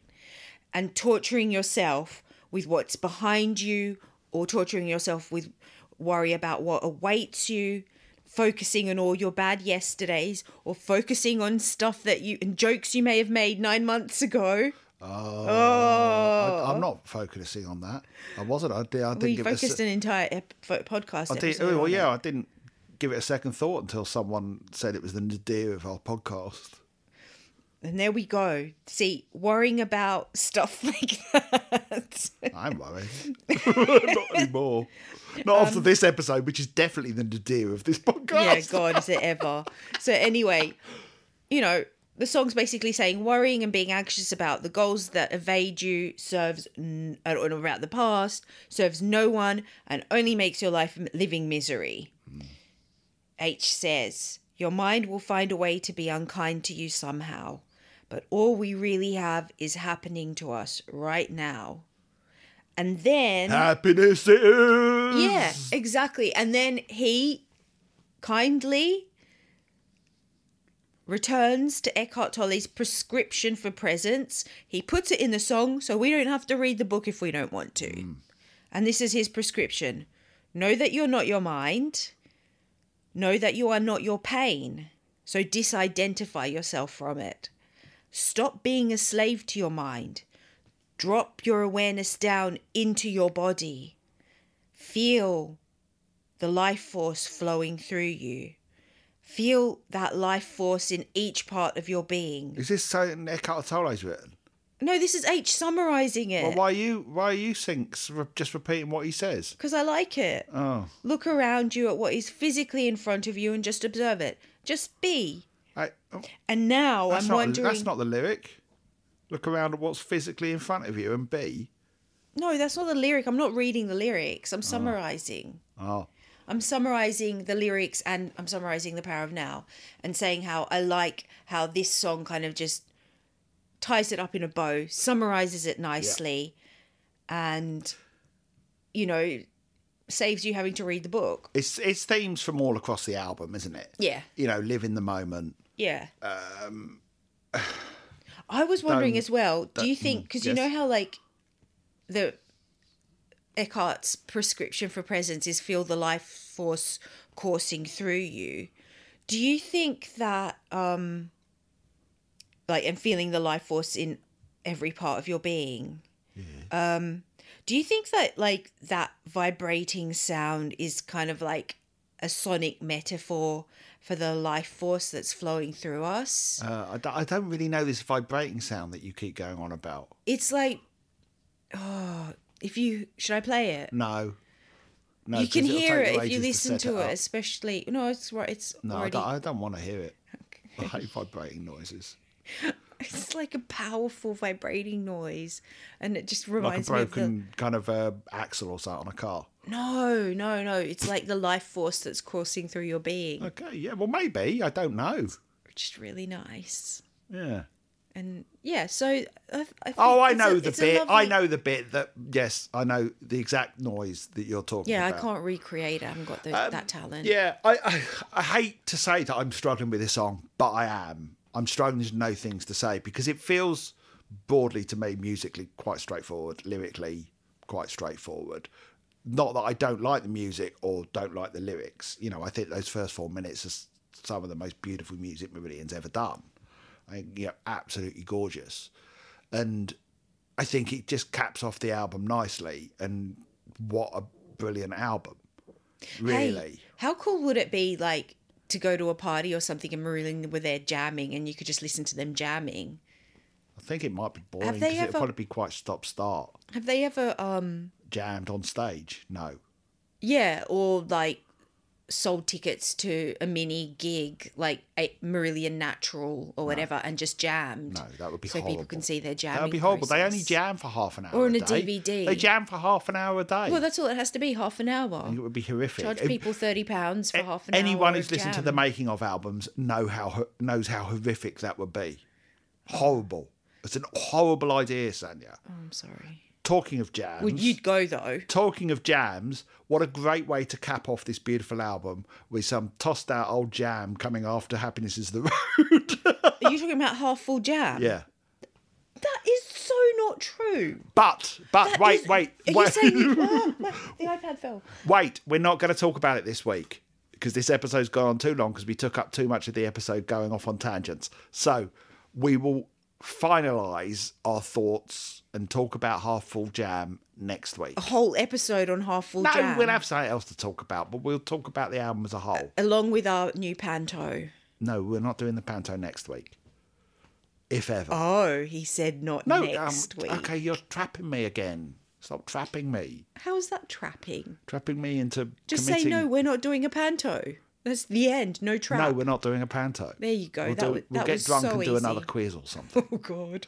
S3: and torturing yourself with what's behind you or torturing yourself with worry about what awaits you focusing on all your bad yesterdays or focusing on stuff that you and jokes you may have made 9 months ago Oh.
S2: I, I'm not focusing on that. I wasn't. I, did, I didn't
S3: we
S2: give it. A,
S3: focused
S2: se-
S3: an entire ep- fo- podcast
S2: I did,
S3: episode
S2: oh, well,
S3: on
S2: yeah,
S3: it.
S2: I didn't give it a second thought until someone said it was the nadir of our
S3: [laughs]
S2: podcast.
S3: and there we go see worrying about stuff [laughs] like that
S2: I'm
S3: [laughs]
S2: worried. not anymore. Not after this episode, which is definitely the nadir of this
S3: Um, Yeah,
S2: podcast.
S3: God, is it ever? So anyway, you know, the song's basically saying worrying and being anxious about the goals that evade you serves n- uh, or about the past serves no one and only makes your life m- living misery. H says your mind will find a way to be unkind to you somehow, but all we really have is happening to us right now. And then
S2: Happiness is.
S3: yeah, exactly. And then he kindly returns to Eckhart Tolle's prescription for presence. He puts it in the song so we don't have to read the book if we don't want to. And this is his prescription Know that you're not your mind, know that you are not your pain. So disidentify yourself from it. Stop being a slave to your mind. Drop your awareness down into your body. Feel the life force flowing through you. Feel that life force in each part of your being.
S2: Is this something Eckhart Tolle's written?
S3: No, this is H summarizing
S2: Well,
S3: it
S2: why are you why are you sinks re- just repeating what he says?
S3: because I like it.
S2: Oh,
S3: Look around you at what is physically in front of you and just observe it. Just be.
S2: I, oh,
S3: And now
S2: that's
S3: I'm
S2: not
S3: wondering.
S2: that's not the lyric. Look around at what's physically in front of you and be.
S3: No, that's not the lyric. I'm not reading the lyrics. I'm summarizing.
S2: Oh,
S3: I'm summarizing the lyrics and I'm summarizing the power of now and saying how I like how this song kind of just ties it up in a bow, summarizes it nicely, and you know, saves you having to read the book.
S2: it's it's themes from all across the album, isn't it?
S3: Yeah,
S2: You know, live in the moment.
S3: yeah. Um, I was wondering
S2: don't-
S3: as well. Do you think
S2: mm,
S3: because you
S2: yes.
S3: know how like the Eckhart's prescription for presence is feel the life force coursing through you. Do you think that um like and feeling the life force in every part of your being? Um do you think that like that vibrating sound is kind of like a sonic metaphor for the life force that's flowing through us?
S2: Uh, I, don't, I don't really know this vibrating sound that you keep going on about.
S3: It's like oh, if you should I play it?
S2: No, no,
S3: you can
S2: 'cause it'll
S3: hear
S2: take
S3: it if
S2: ages
S3: you
S2: set
S3: listen to it,
S2: up.
S3: especially no, it's right. It's
S2: No, I
S3: [laughs] already.
S2: don't, I don't want to hear it. I hate vibrating noises.
S3: It's like a powerful vibrating noise, and it just
S2: like a
S3: reminds me of
S2: broken kind of uh, axle or something on a car.
S3: the. No, no, no. It's like the life force that's coursing through your being.
S2: Okay, yeah, well, maybe. I don't know.
S3: which is really nice.
S2: Yeah.
S3: And yeah, so I, I think
S2: Oh, I
S3: it's a-
S2: know the
S3: it's a
S2: bit. I
S3: lovely-
S2: know the bit that, yes, I know the exact noise that you're talking
S3: Yeah, I
S2: about.
S3: can't recreate. it. I haven't got the,
S2: Um,
S3: that talent.
S2: Yeah, I, I I hate to say that I'm struggling with this song, but I am. I'm struggling to know things to say because it feels broadly to me musically quite straightforward, lyrically quite straightforward. Not that I don't like the music or don't like the lyrics. You know, I think those first four minutes are s- some of the most beautiful music Meridian's ever done. I, think, you know, absolutely gorgeous, and I think it just caps off the album nicely. And what a brilliant album!
S3: Hey,
S2: Really.
S3: how cool would it be, like, to go to a party or something and Marilyn were there jamming, and you could just listen to them jamming?
S2: I think it might be boring
S3: they
S2: because it'll
S3: ever-
S2: probably be quite stop start
S3: Have they ever, um,
S2: jammed on stage. No.
S3: yeah, or like sold tickets to a mini gig, like a Marillion Natural or whatever, and just jammed?
S2: No, that would be
S3: so people
S2: horrible.
S3: can see their jamming.
S2: That would be horrible. They only
S3: process.
S2: jam for half an hour.
S3: Or in a
S2: day.
S3: DVD.
S2: They jam for half an hour a day.
S3: Well, that's all it has to be half an hour.
S2: it would be horrific.
S3: charge
S2: If-
S3: people thirty pounds for half an hour.
S2: Anyone who's
S3: of
S2: listened to
S3: jam.
S2: the making of albums know how ho- knows how horrific that would be. Horrible. It's an horrible idea, Sanya.
S3: Oh, I'm sorry.
S2: Talking of jams.
S3: Well, you'd go though.
S2: talking of jams, what a great way to cap off this beautiful album with some tossed out old jam coming after Happiness is the Road.
S3: Are you talking about half full jam?
S2: yeah.
S3: That is so not true.
S2: But but
S3: [laughs] That
S2: wait
S3: is-
S2: wait
S3: Are you
S2: wait [laughs]
S3: saying? Oh, my, [laughs] the iPad fell.
S2: wait. We're not going to talk about it this week because this episode's gone on too long because we took up too much of the episode going off on tangents. So we will finalise our thoughts and talk about Half Full Jam next week.
S3: A whole episode on half full
S2: no,
S3: jam.
S2: we'll have something else to talk about, but we'll talk about the album as a whole.
S3: Along with our new panto.
S2: No, we're not doing the panto next week. If ever.
S3: Oh, he said not
S2: no,
S3: next
S2: um,
S3: week.
S2: okay, you're trapping me again. Stop trapping me.
S3: How is that trapping?
S2: Trapping me into
S3: Just
S2: committing
S3: say no. We're not doing a panto. That's the end. No trap.
S2: No, we're not doing a panto.
S3: There you go.
S2: We'll,
S3: that
S2: do,
S3: was,
S2: we'll
S3: that
S2: get
S3: was
S2: drunk
S3: so
S2: and do
S3: easy.
S2: another quiz or something. [laughs]
S3: [laughs] Oh God.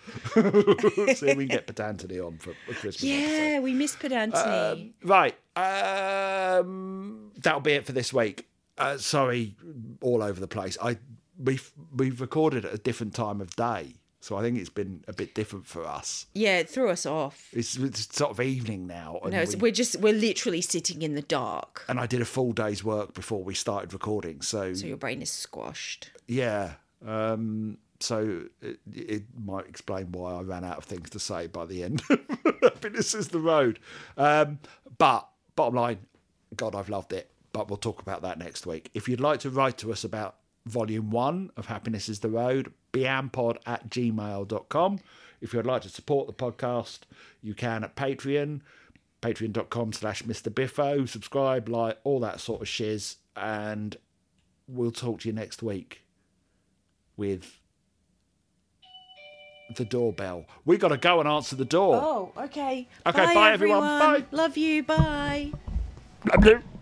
S2: See if we can get Pedantony on for a Christmas. episode.
S3: Yeah, we missed
S2: Uh,
S3: Pedantony.
S2: Right. Um, that'll be it for this week. Uh, sorry, all over the place. I we've we've recorded at a different time of day, so I think it's been a bit different for us.
S3: yeah, it threw us off.
S2: It's, it's sort of evening now, and
S3: No, it's,
S2: we-
S3: we're just we're literally sitting in the dark,
S2: and I did a full day's work before we started recording. So,
S3: so your brain is squashed.
S2: yeah. Um, so it, it might explain why I ran out of things to say by the end. [laughs] Happiness is the road. Um, but bottom line, God, I've loved it. But we'll talk about that next week. If you'd like to write to us about volume one of Happiness is the Road, bampod at gmail.com. If you'd like to support the podcast, you can at Patreon patreon.com slash mr biffo subscribe like all that sort of shiz and we'll talk to you next week with the doorbell we gotta go and answer the door
S3: Oh, okay.
S2: Okay, bye, everyone. Bye.
S3: Love you. Bye.
S2: Blah, blah.